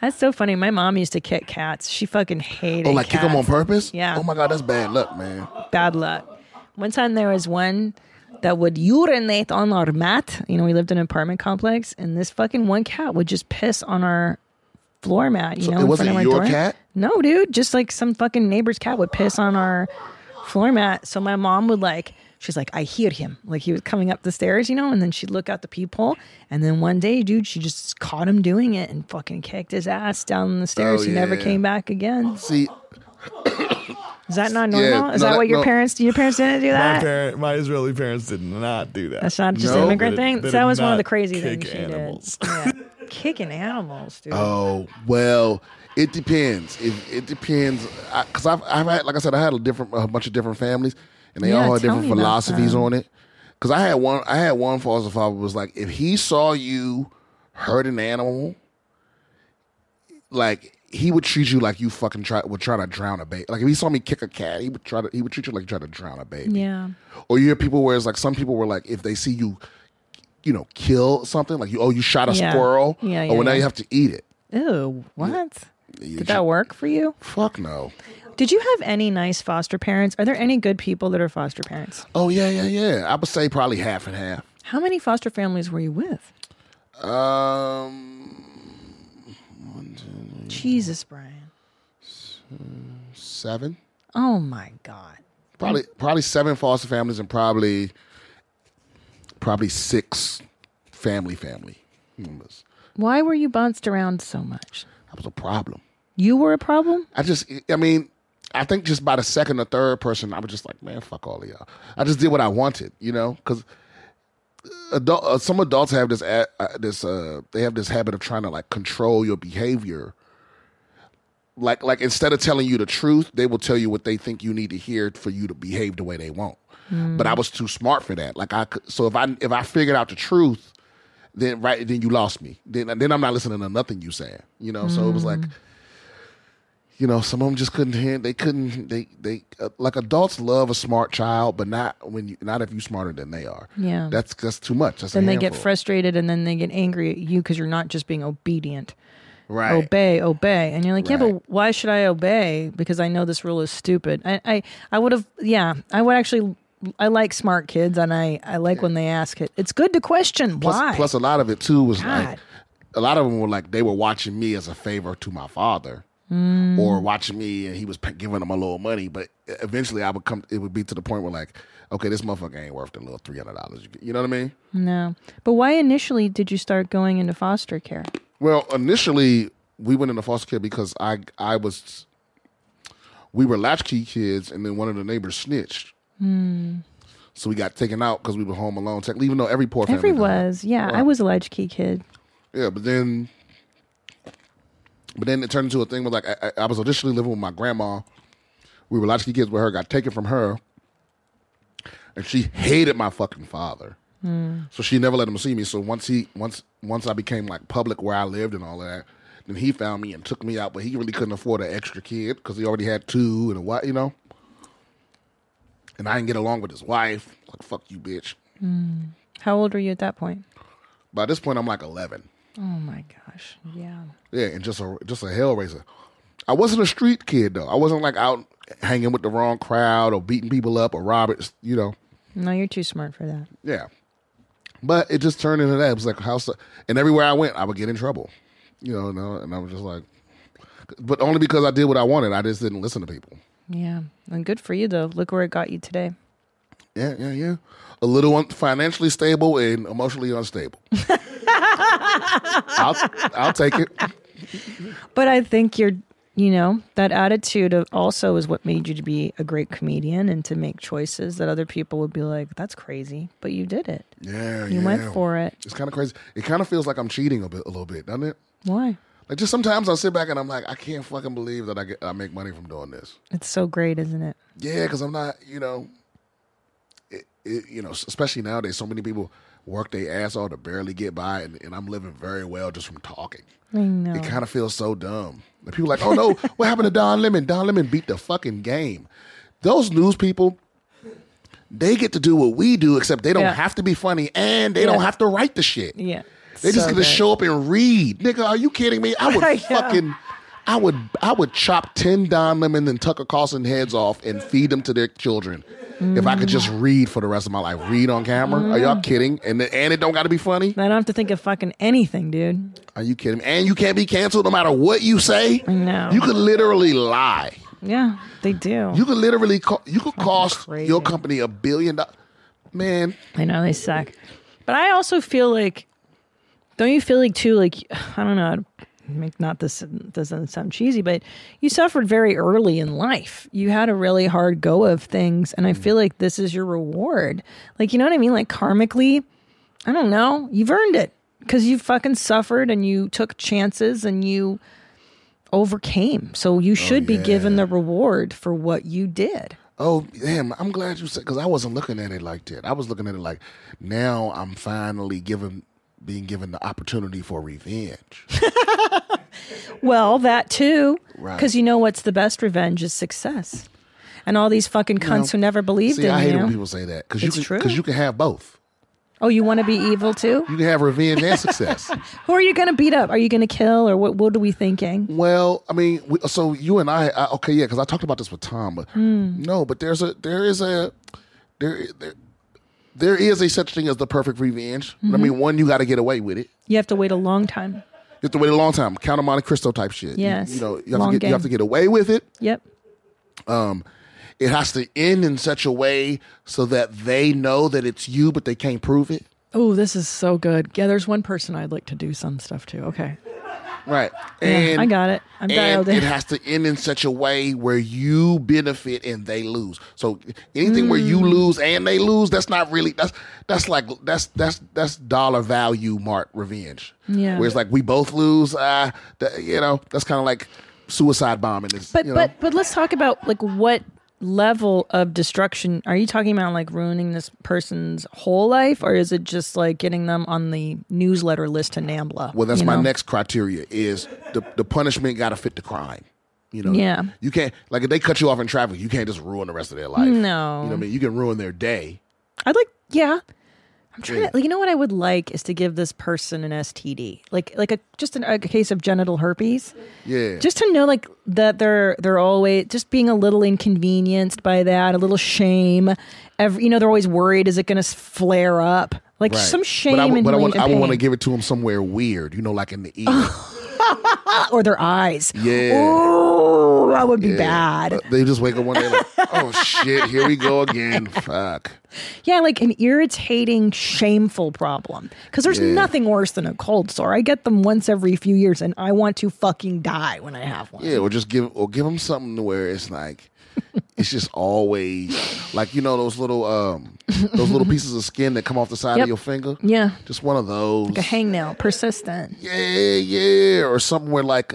[SPEAKER 5] That's so funny. My mom used to kick cats. She fucking hated.
[SPEAKER 4] Oh, like kick 'em
[SPEAKER 5] cats.
[SPEAKER 4] on purpose?
[SPEAKER 5] Yeah.
[SPEAKER 4] Oh my god, that's bad luck, man.
[SPEAKER 5] bad luck. One time there was one that would urinate on our mat. You know, we lived in an apartment complex, and this fucking one cat would just piss on our floor mat. You
[SPEAKER 4] So
[SPEAKER 5] know,
[SPEAKER 4] it
[SPEAKER 5] in
[SPEAKER 4] wasn't
[SPEAKER 5] front of my
[SPEAKER 4] your
[SPEAKER 5] door.
[SPEAKER 4] cat?
[SPEAKER 5] No, dude, just like some fucking neighbor's cat would piss on our floor mat. So my mom would like. She's like, I hear him. Like he was coming up the stairs, you know, and then she'd look out the peephole. And then one day, dude, she just caught him doing it and fucking kicked his ass down the stairs.
[SPEAKER 4] Oh,
[SPEAKER 5] he never
[SPEAKER 4] yeah.
[SPEAKER 5] came back again.
[SPEAKER 4] See,
[SPEAKER 5] Is that not normal?
[SPEAKER 4] Yeah,
[SPEAKER 5] Is
[SPEAKER 4] no,
[SPEAKER 5] that
[SPEAKER 4] that-
[SPEAKER 5] what your
[SPEAKER 4] no.
[SPEAKER 5] parents? Your parents didn't do that?
[SPEAKER 8] My parent, my Israeli parents did not do that.
[SPEAKER 5] That's not just
[SPEAKER 4] No.
[SPEAKER 5] an immigrant
[SPEAKER 8] They did-
[SPEAKER 5] thing.
[SPEAKER 8] they
[SPEAKER 5] that
[SPEAKER 8] did
[SPEAKER 5] was one of
[SPEAKER 8] not
[SPEAKER 5] the crazy
[SPEAKER 8] kick
[SPEAKER 5] things she
[SPEAKER 8] animals.
[SPEAKER 5] did. Yeah. Kicking animals, dude.
[SPEAKER 4] Oh well, it depends. It, it depends because I've, I've had, like I said, I had a different a bunch of different families, and they
[SPEAKER 5] Yeah,
[SPEAKER 4] all had
[SPEAKER 5] tell
[SPEAKER 4] different
[SPEAKER 5] me about
[SPEAKER 4] philosophies
[SPEAKER 5] them.
[SPEAKER 4] on it. Because I had one, I had one foster father was like, if he saw you hurt an animal, like he would treat you like you fucking try would try to drown a baby. Like if he saw me kick a cat, he would try to he would treat you like you try to drown a baby.
[SPEAKER 5] Yeah.
[SPEAKER 4] Or you hear people where it's like some people were like, if they see you, you know, kill something, like you, oh, you shot a
[SPEAKER 5] Yeah.
[SPEAKER 4] squirrel,
[SPEAKER 5] Yeah,
[SPEAKER 4] oh,
[SPEAKER 5] yeah,
[SPEAKER 4] well, now
[SPEAKER 5] yeah.
[SPEAKER 4] you have to eat it.
[SPEAKER 5] Ew. What?
[SPEAKER 4] you
[SPEAKER 5] Did that work for you?
[SPEAKER 4] Fuck no.
[SPEAKER 5] Did you have any nice foster parents? Are there any good people that are foster parents?
[SPEAKER 4] Oh yeah, yeah, yeah. I would say probably half and half.
[SPEAKER 5] How many foster families were you with?
[SPEAKER 4] Um,
[SPEAKER 5] Jesus, Brian.
[SPEAKER 4] seven.
[SPEAKER 5] Oh my God.
[SPEAKER 4] Probably, probably seven foster families and probably, probably six family family members.
[SPEAKER 5] Why were you bounced around so much?
[SPEAKER 4] That was a problem.
[SPEAKER 5] You were a problem?
[SPEAKER 4] I just, I mean, I think just by the second or third person, I was just like, man, fuck all of y'all. I just did what I wanted, you know, because adult, uh, some adults have this, a- uh, this, uh, they have this habit of trying to like control your behavior. Like, like instead of telling you the truth, they will tell you what they think you need to hear for you to behave the way they want. But
[SPEAKER 5] Mm.
[SPEAKER 4] I was too smart for that. Like I, could, so if I if I figured out the truth, then right
[SPEAKER 5] Mm.
[SPEAKER 4] then you lost me. Then then I'm not listening to nothing you saying. You know. So it was like you know, some of them just couldn't handle. They couldn't. They they uh, like adults love a smart child, but not when you not if you smarter than they are.
[SPEAKER 5] Yeah.
[SPEAKER 4] that's that's too much. That's a
[SPEAKER 5] then they get
[SPEAKER 4] handful.
[SPEAKER 5] frustrated and then they get angry at you because you're not just being obedient.
[SPEAKER 4] Right.
[SPEAKER 5] Obey, obey. And you're like, yeah, but why should I obey? Because I know this rule is stupid. I, I, I would have, yeah, I would actually, I like smart kids and I, I like when they ask it. It's good to question
[SPEAKER 4] Plus-
[SPEAKER 5] why.
[SPEAKER 4] plus a lot of it too was
[SPEAKER 5] God.
[SPEAKER 4] like a lot of them were like they were watching me as a favor to my father
[SPEAKER 5] Mm.
[SPEAKER 4] or watching me and he was p- giving them a little money but e, eventually i would come it would be to the point where like okay this motherfucker ain't worth the little $300 you, get, you know what i mean
[SPEAKER 5] No. But why initially did you start going into foster care?
[SPEAKER 4] well initially we went into foster care because i i was we were latchkey kids and then one of the neighbors snitched
[SPEAKER 5] Mm.
[SPEAKER 4] so we got taken out because we were home alone technically even though every poor family
[SPEAKER 5] Every
[SPEAKER 4] does that.
[SPEAKER 5] was, yeah.
[SPEAKER 4] Well,
[SPEAKER 5] I was a latchkey kid.
[SPEAKER 4] Yeah, but then, but then it turned into a thing where like I, I I was initially living with my grandma. We were latchkey kids with her. Got taken from her, and she hated my fucking father.
[SPEAKER 12] Mm.
[SPEAKER 4] So she never let him see me. So once he once once I became like public where I lived and all that, then he found me and took me out. But he really couldn't afford an extra kid because he already had two and a what you know. And I didn't get along with his wife. Like fuck you, bitch.
[SPEAKER 5] Mm. How old were you at that point?
[SPEAKER 4] By this point, I'm like eleven.
[SPEAKER 5] Oh my gosh. Yeah.
[SPEAKER 4] Yeah, and just a just a hellraiser. I wasn't a street kid though. I wasn't like out hanging with the wrong crowd or beating people up or robbers. You know.
[SPEAKER 5] No, you're too smart for that.
[SPEAKER 4] Yeah. But it just turned into that. It was like house, and everywhere I went, I would get in trouble. You know, and I- and I was just like, but only because I did what I wanted. I just didn't listen to people.
[SPEAKER 5] Yeah. And good for you though. Look where it got you today.
[SPEAKER 4] Yeah, yeah, yeah. A little un- financially stable and emotionally unstable. I'll I'll take it.
[SPEAKER 5] But I think you're, you know, that attitude of also is what made you to be a great comedian and to make choices that other people would be like, that's crazy, but you did it.
[SPEAKER 4] Yeah,
[SPEAKER 5] You went
[SPEAKER 4] yeah.
[SPEAKER 5] for it.
[SPEAKER 4] It's kind of crazy. It kind of feels like I'm cheating a bit, a little bit, doesn't it?
[SPEAKER 5] Why?
[SPEAKER 4] Like just sometimes I sit back and I'm like, I can't fucking believe that I get I make money from doing this.
[SPEAKER 5] It's so great, isn't it?
[SPEAKER 4] Yeah, because I'm not, you know, it, it, you know, especially nowadays, so many people work their ass off to barely get by, and, and I'm living very well just from talking.
[SPEAKER 5] I know.
[SPEAKER 4] It kind of feels so dumb. And people like, oh no, what happened to Don Lemon? Don Lemon beat the fucking game. Those news people, they get to do what we do, except they don't
[SPEAKER 5] Yeah.
[SPEAKER 4] have to be funny and they don't
[SPEAKER 5] Yeah.
[SPEAKER 4] have to write the shit.
[SPEAKER 5] yeah.
[SPEAKER 4] They just
[SPEAKER 5] So
[SPEAKER 4] gonna
[SPEAKER 5] good.
[SPEAKER 4] show up and read. Nigga, are you kidding me? I would
[SPEAKER 5] Yeah.
[SPEAKER 4] fucking I would I would chop ten Don Lemon and Tucker Carlson heads off and feed them to their children. If I could just read for the rest of my life. Read on camera. Are y'all kidding? And the, and it don't gotta be funny.
[SPEAKER 5] I don't have to think of fucking anything, dude.
[SPEAKER 4] Are you kidding me? And you can't be canceled no matter what you say.
[SPEAKER 5] I know.
[SPEAKER 4] You could literally lie.
[SPEAKER 5] Yeah, they do.
[SPEAKER 4] You could literally co- you could cost your company a billion dollars. Man.
[SPEAKER 5] I know they suck. But I also feel like, don't you feel like too like I don't know, how to make not this doesn't sound cheesy, but you suffered very early in life. You had a really hard go of things, and I feel like this is your reward. Like you know what I mean? Like karmically, I don't know. You've earned it because you fucking suffered and you took chances and you overcame. So you should be given the reward for what you did.
[SPEAKER 4] Oh damn! I'm glad you said because I wasn't looking at it like that. I was looking at it like now I'm finally given being given the opportunity for revenge.
[SPEAKER 5] Well, that too.
[SPEAKER 4] Right.
[SPEAKER 5] Because you know what's the best revenge is success. And all these fucking
[SPEAKER 4] You
[SPEAKER 5] cunts
[SPEAKER 4] know?
[SPEAKER 5] who never believed
[SPEAKER 4] See,
[SPEAKER 5] in
[SPEAKER 4] I hate
[SPEAKER 5] you.
[SPEAKER 4] when people say that because you
[SPEAKER 5] It's
[SPEAKER 4] can,
[SPEAKER 5] true.
[SPEAKER 4] because you can have both.
[SPEAKER 5] oh, you want to be evil too?
[SPEAKER 4] You can have revenge and success.
[SPEAKER 5] Who are you going to beat up? Are you going to kill or what what are we thinking?
[SPEAKER 4] well, I mean, we, so you and I, I okay, yeah, because I talked about this with Tom, but
[SPEAKER 5] Hmm.
[SPEAKER 4] no, but there's a there is a there there, there is a such thing as the perfect revenge. I
[SPEAKER 5] Mhm.
[SPEAKER 4] mean, one you got to get away with it.
[SPEAKER 5] You have to wait a long time.
[SPEAKER 4] You have to wait a long time. Count of Monte Cristo type shit. You-
[SPEAKER 5] Yes.
[SPEAKER 4] You, know, you have,
[SPEAKER 5] Long
[SPEAKER 4] to get, you have
[SPEAKER 5] game.
[SPEAKER 4] to get away with it.
[SPEAKER 5] Yep.
[SPEAKER 4] Um, it has to end in such a way so that they know that it's you, but they can't prove it.
[SPEAKER 5] Oh, this is so good. Yeah, there's one person I'd like to do some stuff to. Okay.
[SPEAKER 4] Right.
[SPEAKER 5] Yeah, I got it. I'm
[SPEAKER 4] and
[SPEAKER 5] dialed in.
[SPEAKER 4] It has to end in such a way where you benefit and they lose. So anything where you
[SPEAKER 5] Mm.
[SPEAKER 4] lose and they lose, that's not really that's that's like that's that's that's dollar value mark revenge.
[SPEAKER 5] Yeah.
[SPEAKER 4] Where it's like we both lose, uh th- you know, that's kinda like suicide bombing is
[SPEAKER 5] But
[SPEAKER 4] you know.
[SPEAKER 5] but but let's talk about like what level of destruction are you talking about like ruining this person's whole life or is it just like getting them on the newsletter list to NAMBLA?
[SPEAKER 4] Well, that's
[SPEAKER 5] you
[SPEAKER 4] my
[SPEAKER 5] know?
[SPEAKER 4] next criteria is the, the punishment got to fit the crime. You know,
[SPEAKER 5] Yeah.
[SPEAKER 4] you can't like if they cut you off in traffic, you can't just ruin the rest of their life.
[SPEAKER 5] No.
[SPEAKER 4] you know what I mean. You can ruin their day.
[SPEAKER 5] I'd like, yeah. I'm
[SPEAKER 4] Yeah.
[SPEAKER 5] trying to. You know what I would like is to give this person an STD, like like a just an, a case of genital herpes.
[SPEAKER 4] Yeah.
[SPEAKER 5] Just to know, like that they're they're always just being a little inconvenienced by that, a little shame. Every, you know, they're always worried: is it going to flare up? Like
[SPEAKER 4] Right.
[SPEAKER 5] some shame
[SPEAKER 4] But I, would-
[SPEAKER 5] and
[SPEAKER 4] but I
[SPEAKER 5] relief
[SPEAKER 4] want,
[SPEAKER 5] and
[SPEAKER 4] I would want to
[SPEAKER 5] pain.
[SPEAKER 4] give it to them somewhere weird. You know, like in the ear.
[SPEAKER 5] or their eyes.
[SPEAKER 4] Yeah.
[SPEAKER 5] Ooh, that would be
[SPEAKER 4] Yeah. Uh,
[SPEAKER 5] bad.
[SPEAKER 4] But They just wake up one day like, oh shit, here we go again. Fuck.
[SPEAKER 5] Yeah, like an irritating, shameful problem. Because there's
[SPEAKER 4] Yeah.
[SPEAKER 5] nothing worse than a cold sore. I get them once every few years, and I want to fucking die when I have one.
[SPEAKER 4] Yeah, or just give or give them something to where it's like it's just always like you know those little um those little pieces of skin that come off the side
[SPEAKER 5] Yep.
[SPEAKER 4] of your finger.
[SPEAKER 5] Yeah.
[SPEAKER 4] Just one of those.
[SPEAKER 5] Like a hangnail, persistent.
[SPEAKER 4] Yeah, yeah, or something where like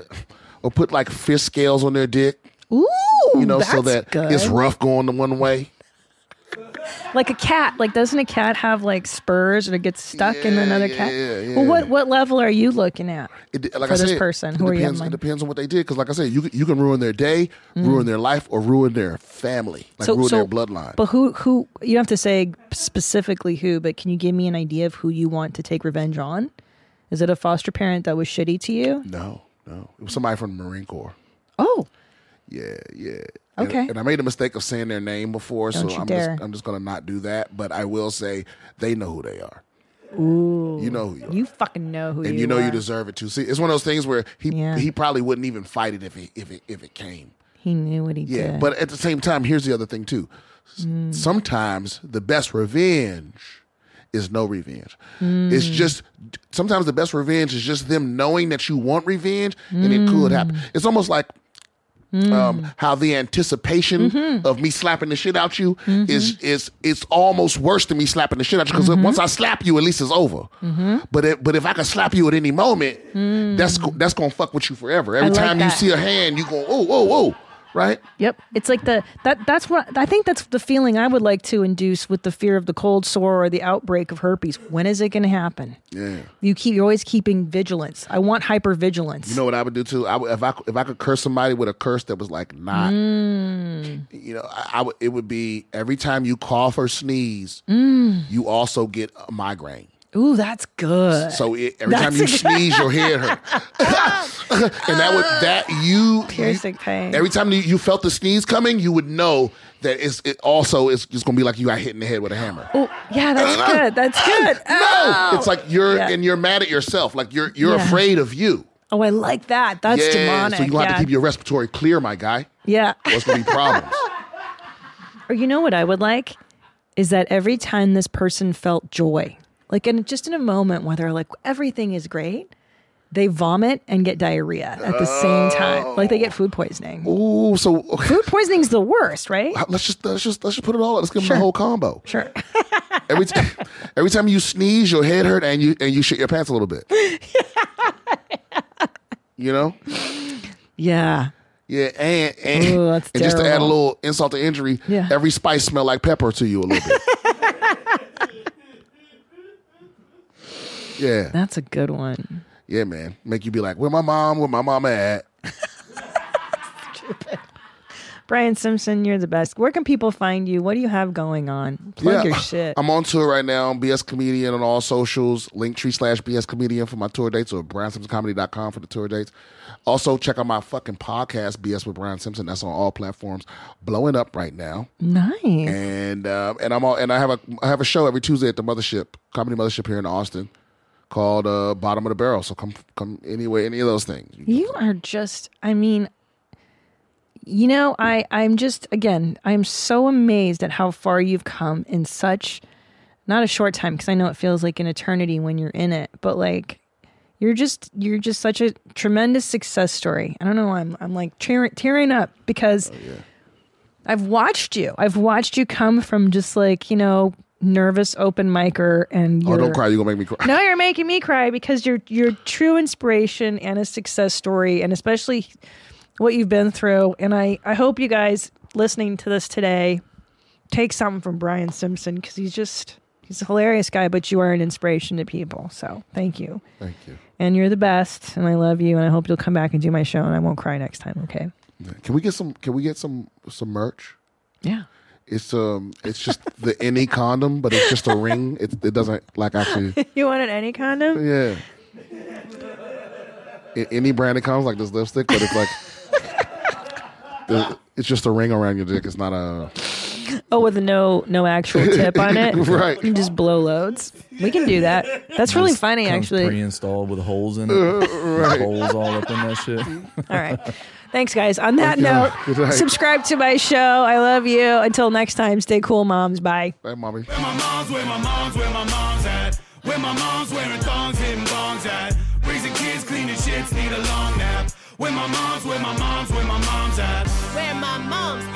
[SPEAKER 4] or put like fish scales on their dick.
[SPEAKER 5] Ooh,
[SPEAKER 4] you know, so
[SPEAKER 5] that's
[SPEAKER 4] that it's
[SPEAKER 5] good.
[SPEAKER 4] rough going the one way.
[SPEAKER 5] Like a cat. Like doesn't a cat have like spurs or it gets stuck in another cat?
[SPEAKER 4] yeah, yeah.
[SPEAKER 5] Well, what what level are you looking at
[SPEAKER 4] It, like
[SPEAKER 5] for
[SPEAKER 4] I
[SPEAKER 5] this
[SPEAKER 4] said,
[SPEAKER 5] person?
[SPEAKER 4] it
[SPEAKER 5] Who are you?
[SPEAKER 4] depends,
[SPEAKER 5] in
[SPEAKER 4] It
[SPEAKER 5] mind?
[SPEAKER 4] depends on what they did, because like I said, you can- you can ruin their day,
[SPEAKER 5] Mm.
[SPEAKER 4] ruin their life, or ruin their family, like ruin their bloodline.
[SPEAKER 5] But who who you don't have to say specifically who, but can you give me an idea of who you want to take revenge on? Is it a foster parent that was shitty to you?
[SPEAKER 4] no, no, it was somebody from the Marine Corps.
[SPEAKER 5] Oh,
[SPEAKER 4] Yeah, yeah.
[SPEAKER 5] Okay.
[SPEAKER 4] And, and I made a mistake of saying their name before,
[SPEAKER 5] Don't
[SPEAKER 4] so
[SPEAKER 5] you
[SPEAKER 4] I'm
[SPEAKER 5] dare.
[SPEAKER 4] just I'm just gonna not do that. But I will say they know who they are.
[SPEAKER 5] ooh,
[SPEAKER 4] You know who you are.
[SPEAKER 5] you fucking know who
[SPEAKER 4] and
[SPEAKER 5] you
[SPEAKER 4] you know
[SPEAKER 5] are.
[SPEAKER 4] you deserve it too. See, it's one of those things where he
[SPEAKER 5] Yeah.
[SPEAKER 4] he probably wouldn't even fight it if it if it if it came.
[SPEAKER 5] He knew what he
[SPEAKER 4] Yeah.
[SPEAKER 5] did.
[SPEAKER 4] But at the same time, here's the other thing too. S-
[SPEAKER 5] Mm.
[SPEAKER 4] Sometimes the best revenge is no revenge.
[SPEAKER 5] Mm.
[SPEAKER 4] It's just sometimes the best revenge is just them knowing that you want revenge and it could
[SPEAKER 5] Mm.
[SPEAKER 4] happen. It's almost like um, how the anticipation
[SPEAKER 5] Mm-hmm.
[SPEAKER 4] of me slapping the shit out you is is it's almost worse than me slapping the shit out you because
[SPEAKER 5] Mm-hmm.
[SPEAKER 4] once I slap you, at least it's over. But it, but if I can slap you at any moment, that's go- that's gonna fuck with you forever. Every
[SPEAKER 5] Mm. like
[SPEAKER 4] time you
[SPEAKER 5] that.
[SPEAKER 4] see a hand, you go oh oh oh, right?
[SPEAKER 5] Yep. It's like the that that's what I think that's the feeling I would like to induce with the fear of the cold sore or the outbreak of herpes. When is it going to happen?
[SPEAKER 4] Yeah.
[SPEAKER 5] You keep you're always keeping vigilance. I want hypervigilance.
[SPEAKER 4] You know what I would do too? I would, if I could- if I could curse somebody with a curse that was like not,
[SPEAKER 5] Mm.
[SPEAKER 4] you know, I, I would. It would be every time you cough or sneeze,
[SPEAKER 5] Mm.
[SPEAKER 4] you also get a migraine.
[SPEAKER 5] Ooh, that's good.
[SPEAKER 4] So it, every time
[SPEAKER 5] That's
[SPEAKER 4] you
[SPEAKER 5] a-
[SPEAKER 4] sneeze, your head hurt, and that would that you
[SPEAKER 5] Ah. Piercing pain.
[SPEAKER 4] Every time you, you felt the sneeze coming, you would know that it's it also it's just gonna be like you got hit in the head with a hammer.
[SPEAKER 5] Oh, yeah, that's good. That's good.
[SPEAKER 4] No,
[SPEAKER 5] Ow!
[SPEAKER 4] it's like you're
[SPEAKER 5] Yeah.
[SPEAKER 4] and you're mad at yourself. Like you're you're
[SPEAKER 5] Yeah.
[SPEAKER 4] afraid of you.
[SPEAKER 5] Oh, I like that. That's
[SPEAKER 4] yeah,
[SPEAKER 5] demonic.
[SPEAKER 4] so you gonna
[SPEAKER 5] yeah.
[SPEAKER 4] have to keep your respiratory clear, my guy.
[SPEAKER 5] yeah.
[SPEAKER 4] Or it's gonna be problems.
[SPEAKER 5] Or you know what I would like is that every time this person felt joy, like in just in a moment where they're like everything is great, they vomit and get diarrhea at the same time. Like they
[SPEAKER 4] Oh.
[SPEAKER 5] get food poisoning.
[SPEAKER 4] Ooh, so okay.
[SPEAKER 5] Food poisoning's the worst, right?
[SPEAKER 4] let's just let's just let's just put it all. out. Let's give them the whole combo.
[SPEAKER 5] Sure.
[SPEAKER 4] Every time every time you sneeze, your head hurt and you and you shit your pants a little bit. you know.
[SPEAKER 5] Yeah.
[SPEAKER 4] Yeah, and and,
[SPEAKER 5] Ooh, that's
[SPEAKER 4] and just to add a
[SPEAKER 5] terrible.
[SPEAKER 4] little insult to injury,
[SPEAKER 5] Yeah.
[SPEAKER 4] every spice smell like pepper to you a little bit. yeah,
[SPEAKER 5] That's a good one.
[SPEAKER 4] yeah, man. Make you be like, where my mom? Where my mama at?
[SPEAKER 5] Brian Simpson, you're the best. Where can people find you? What do you have going on?
[SPEAKER 4] yeah,
[SPEAKER 5] Plug your shit.
[SPEAKER 4] I'm on tour right now. I'm BS Comedian on all socials. Linktree slash BS Comedian for my tour dates or BrianSimpsonComedy.com for the tour dates. Also, check out my fucking podcast, BS with Brian Simpson. That's on all platforms. Blowing up right now.
[SPEAKER 5] nice.
[SPEAKER 4] and um, and I'm all, and I have a I have a show every Tuesday at the Mothership Comedy Mothership here in Austin called uh, Bottom of the Barrel. So come come anyway, any of those things. Oh,
[SPEAKER 5] You are just, I mean, you know, I, I'm just, again, I'm so amazed at how far you've come in such, not a short time, because I know it feels like an eternity when you're in it, but like, you're just, you're just such a tremendous success story. I don't know why I'm, I'm like tearing, tearing up because I've watched you. I've watched you come from just like, you know, nervous open micer and
[SPEAKER 4] Oh,
[SPEAKER 5] you're,
[SPEAKER 4] don't cry. You're gonna make me cry.
[SPEAKER 5] no, you're making me cry because you're you're true inspiration and a success story, and especially what you've been through. And I I hope you guys listening to this today take something from Brian Simpson because he's just he's a hilarious guy, but you are an inspiration to people. So thank you,
[SPEAKER 4] Thank you.
[SPEAKER 5] and you're the best, and I love you, and I hope you'll come back and do my show, and I won't cry next time. Okay.
[SPEAKER 4] Can we get some? Can we get some some merch?
[SPEAKER 5] Yeah.
[SPEAKER 4] It's um. It's just the any condom, but it's just a ring. It it doesn't like actually.
[SPEAKER 5] you wanted any condom?
[SPEAKER 4] Yeah. A- any brand of condoms like this lipstick, but it's like. the- it's just a ring around your dick. It's not a.
[SPEAKER 5] Oh, with no no actual tip on it.
[SPEAKER 4] Right.
[SPEAKER 5] You just blow loads. We can do that. That's really
[SPEAKER 6] Just
[SPEAKER 5] funny,
[SPEAKER 6] comes
[SPEAKER 5] actually.
[SPEAKER 6] Pre-installed with holes in it.
[SPEAKER 4] Uh, right.
[SPEAKER 6] Holes all up in that shit.
[SPEAKER 5] All right. Thanks, guys. On that
[SPEAKER 4] Okay.
[SPEAKER 5] note,
[SPEAKER 4] Good night.
[SPEAKER 5] subscribe to my show. I love you. Until next time, stay cool, moms. Bye.
[SPEAKER 4] Hey, mommy.
[SPEAKER 2] Where my mom's, where my mom's, where my mom's at. Where my mom's wearing thongs, hitting bongs at. Raising kids, cleaning shits, need a long nap. Where my mom's, where my mom's, where my mom's at.
[SPEAKER 3] Where my mom's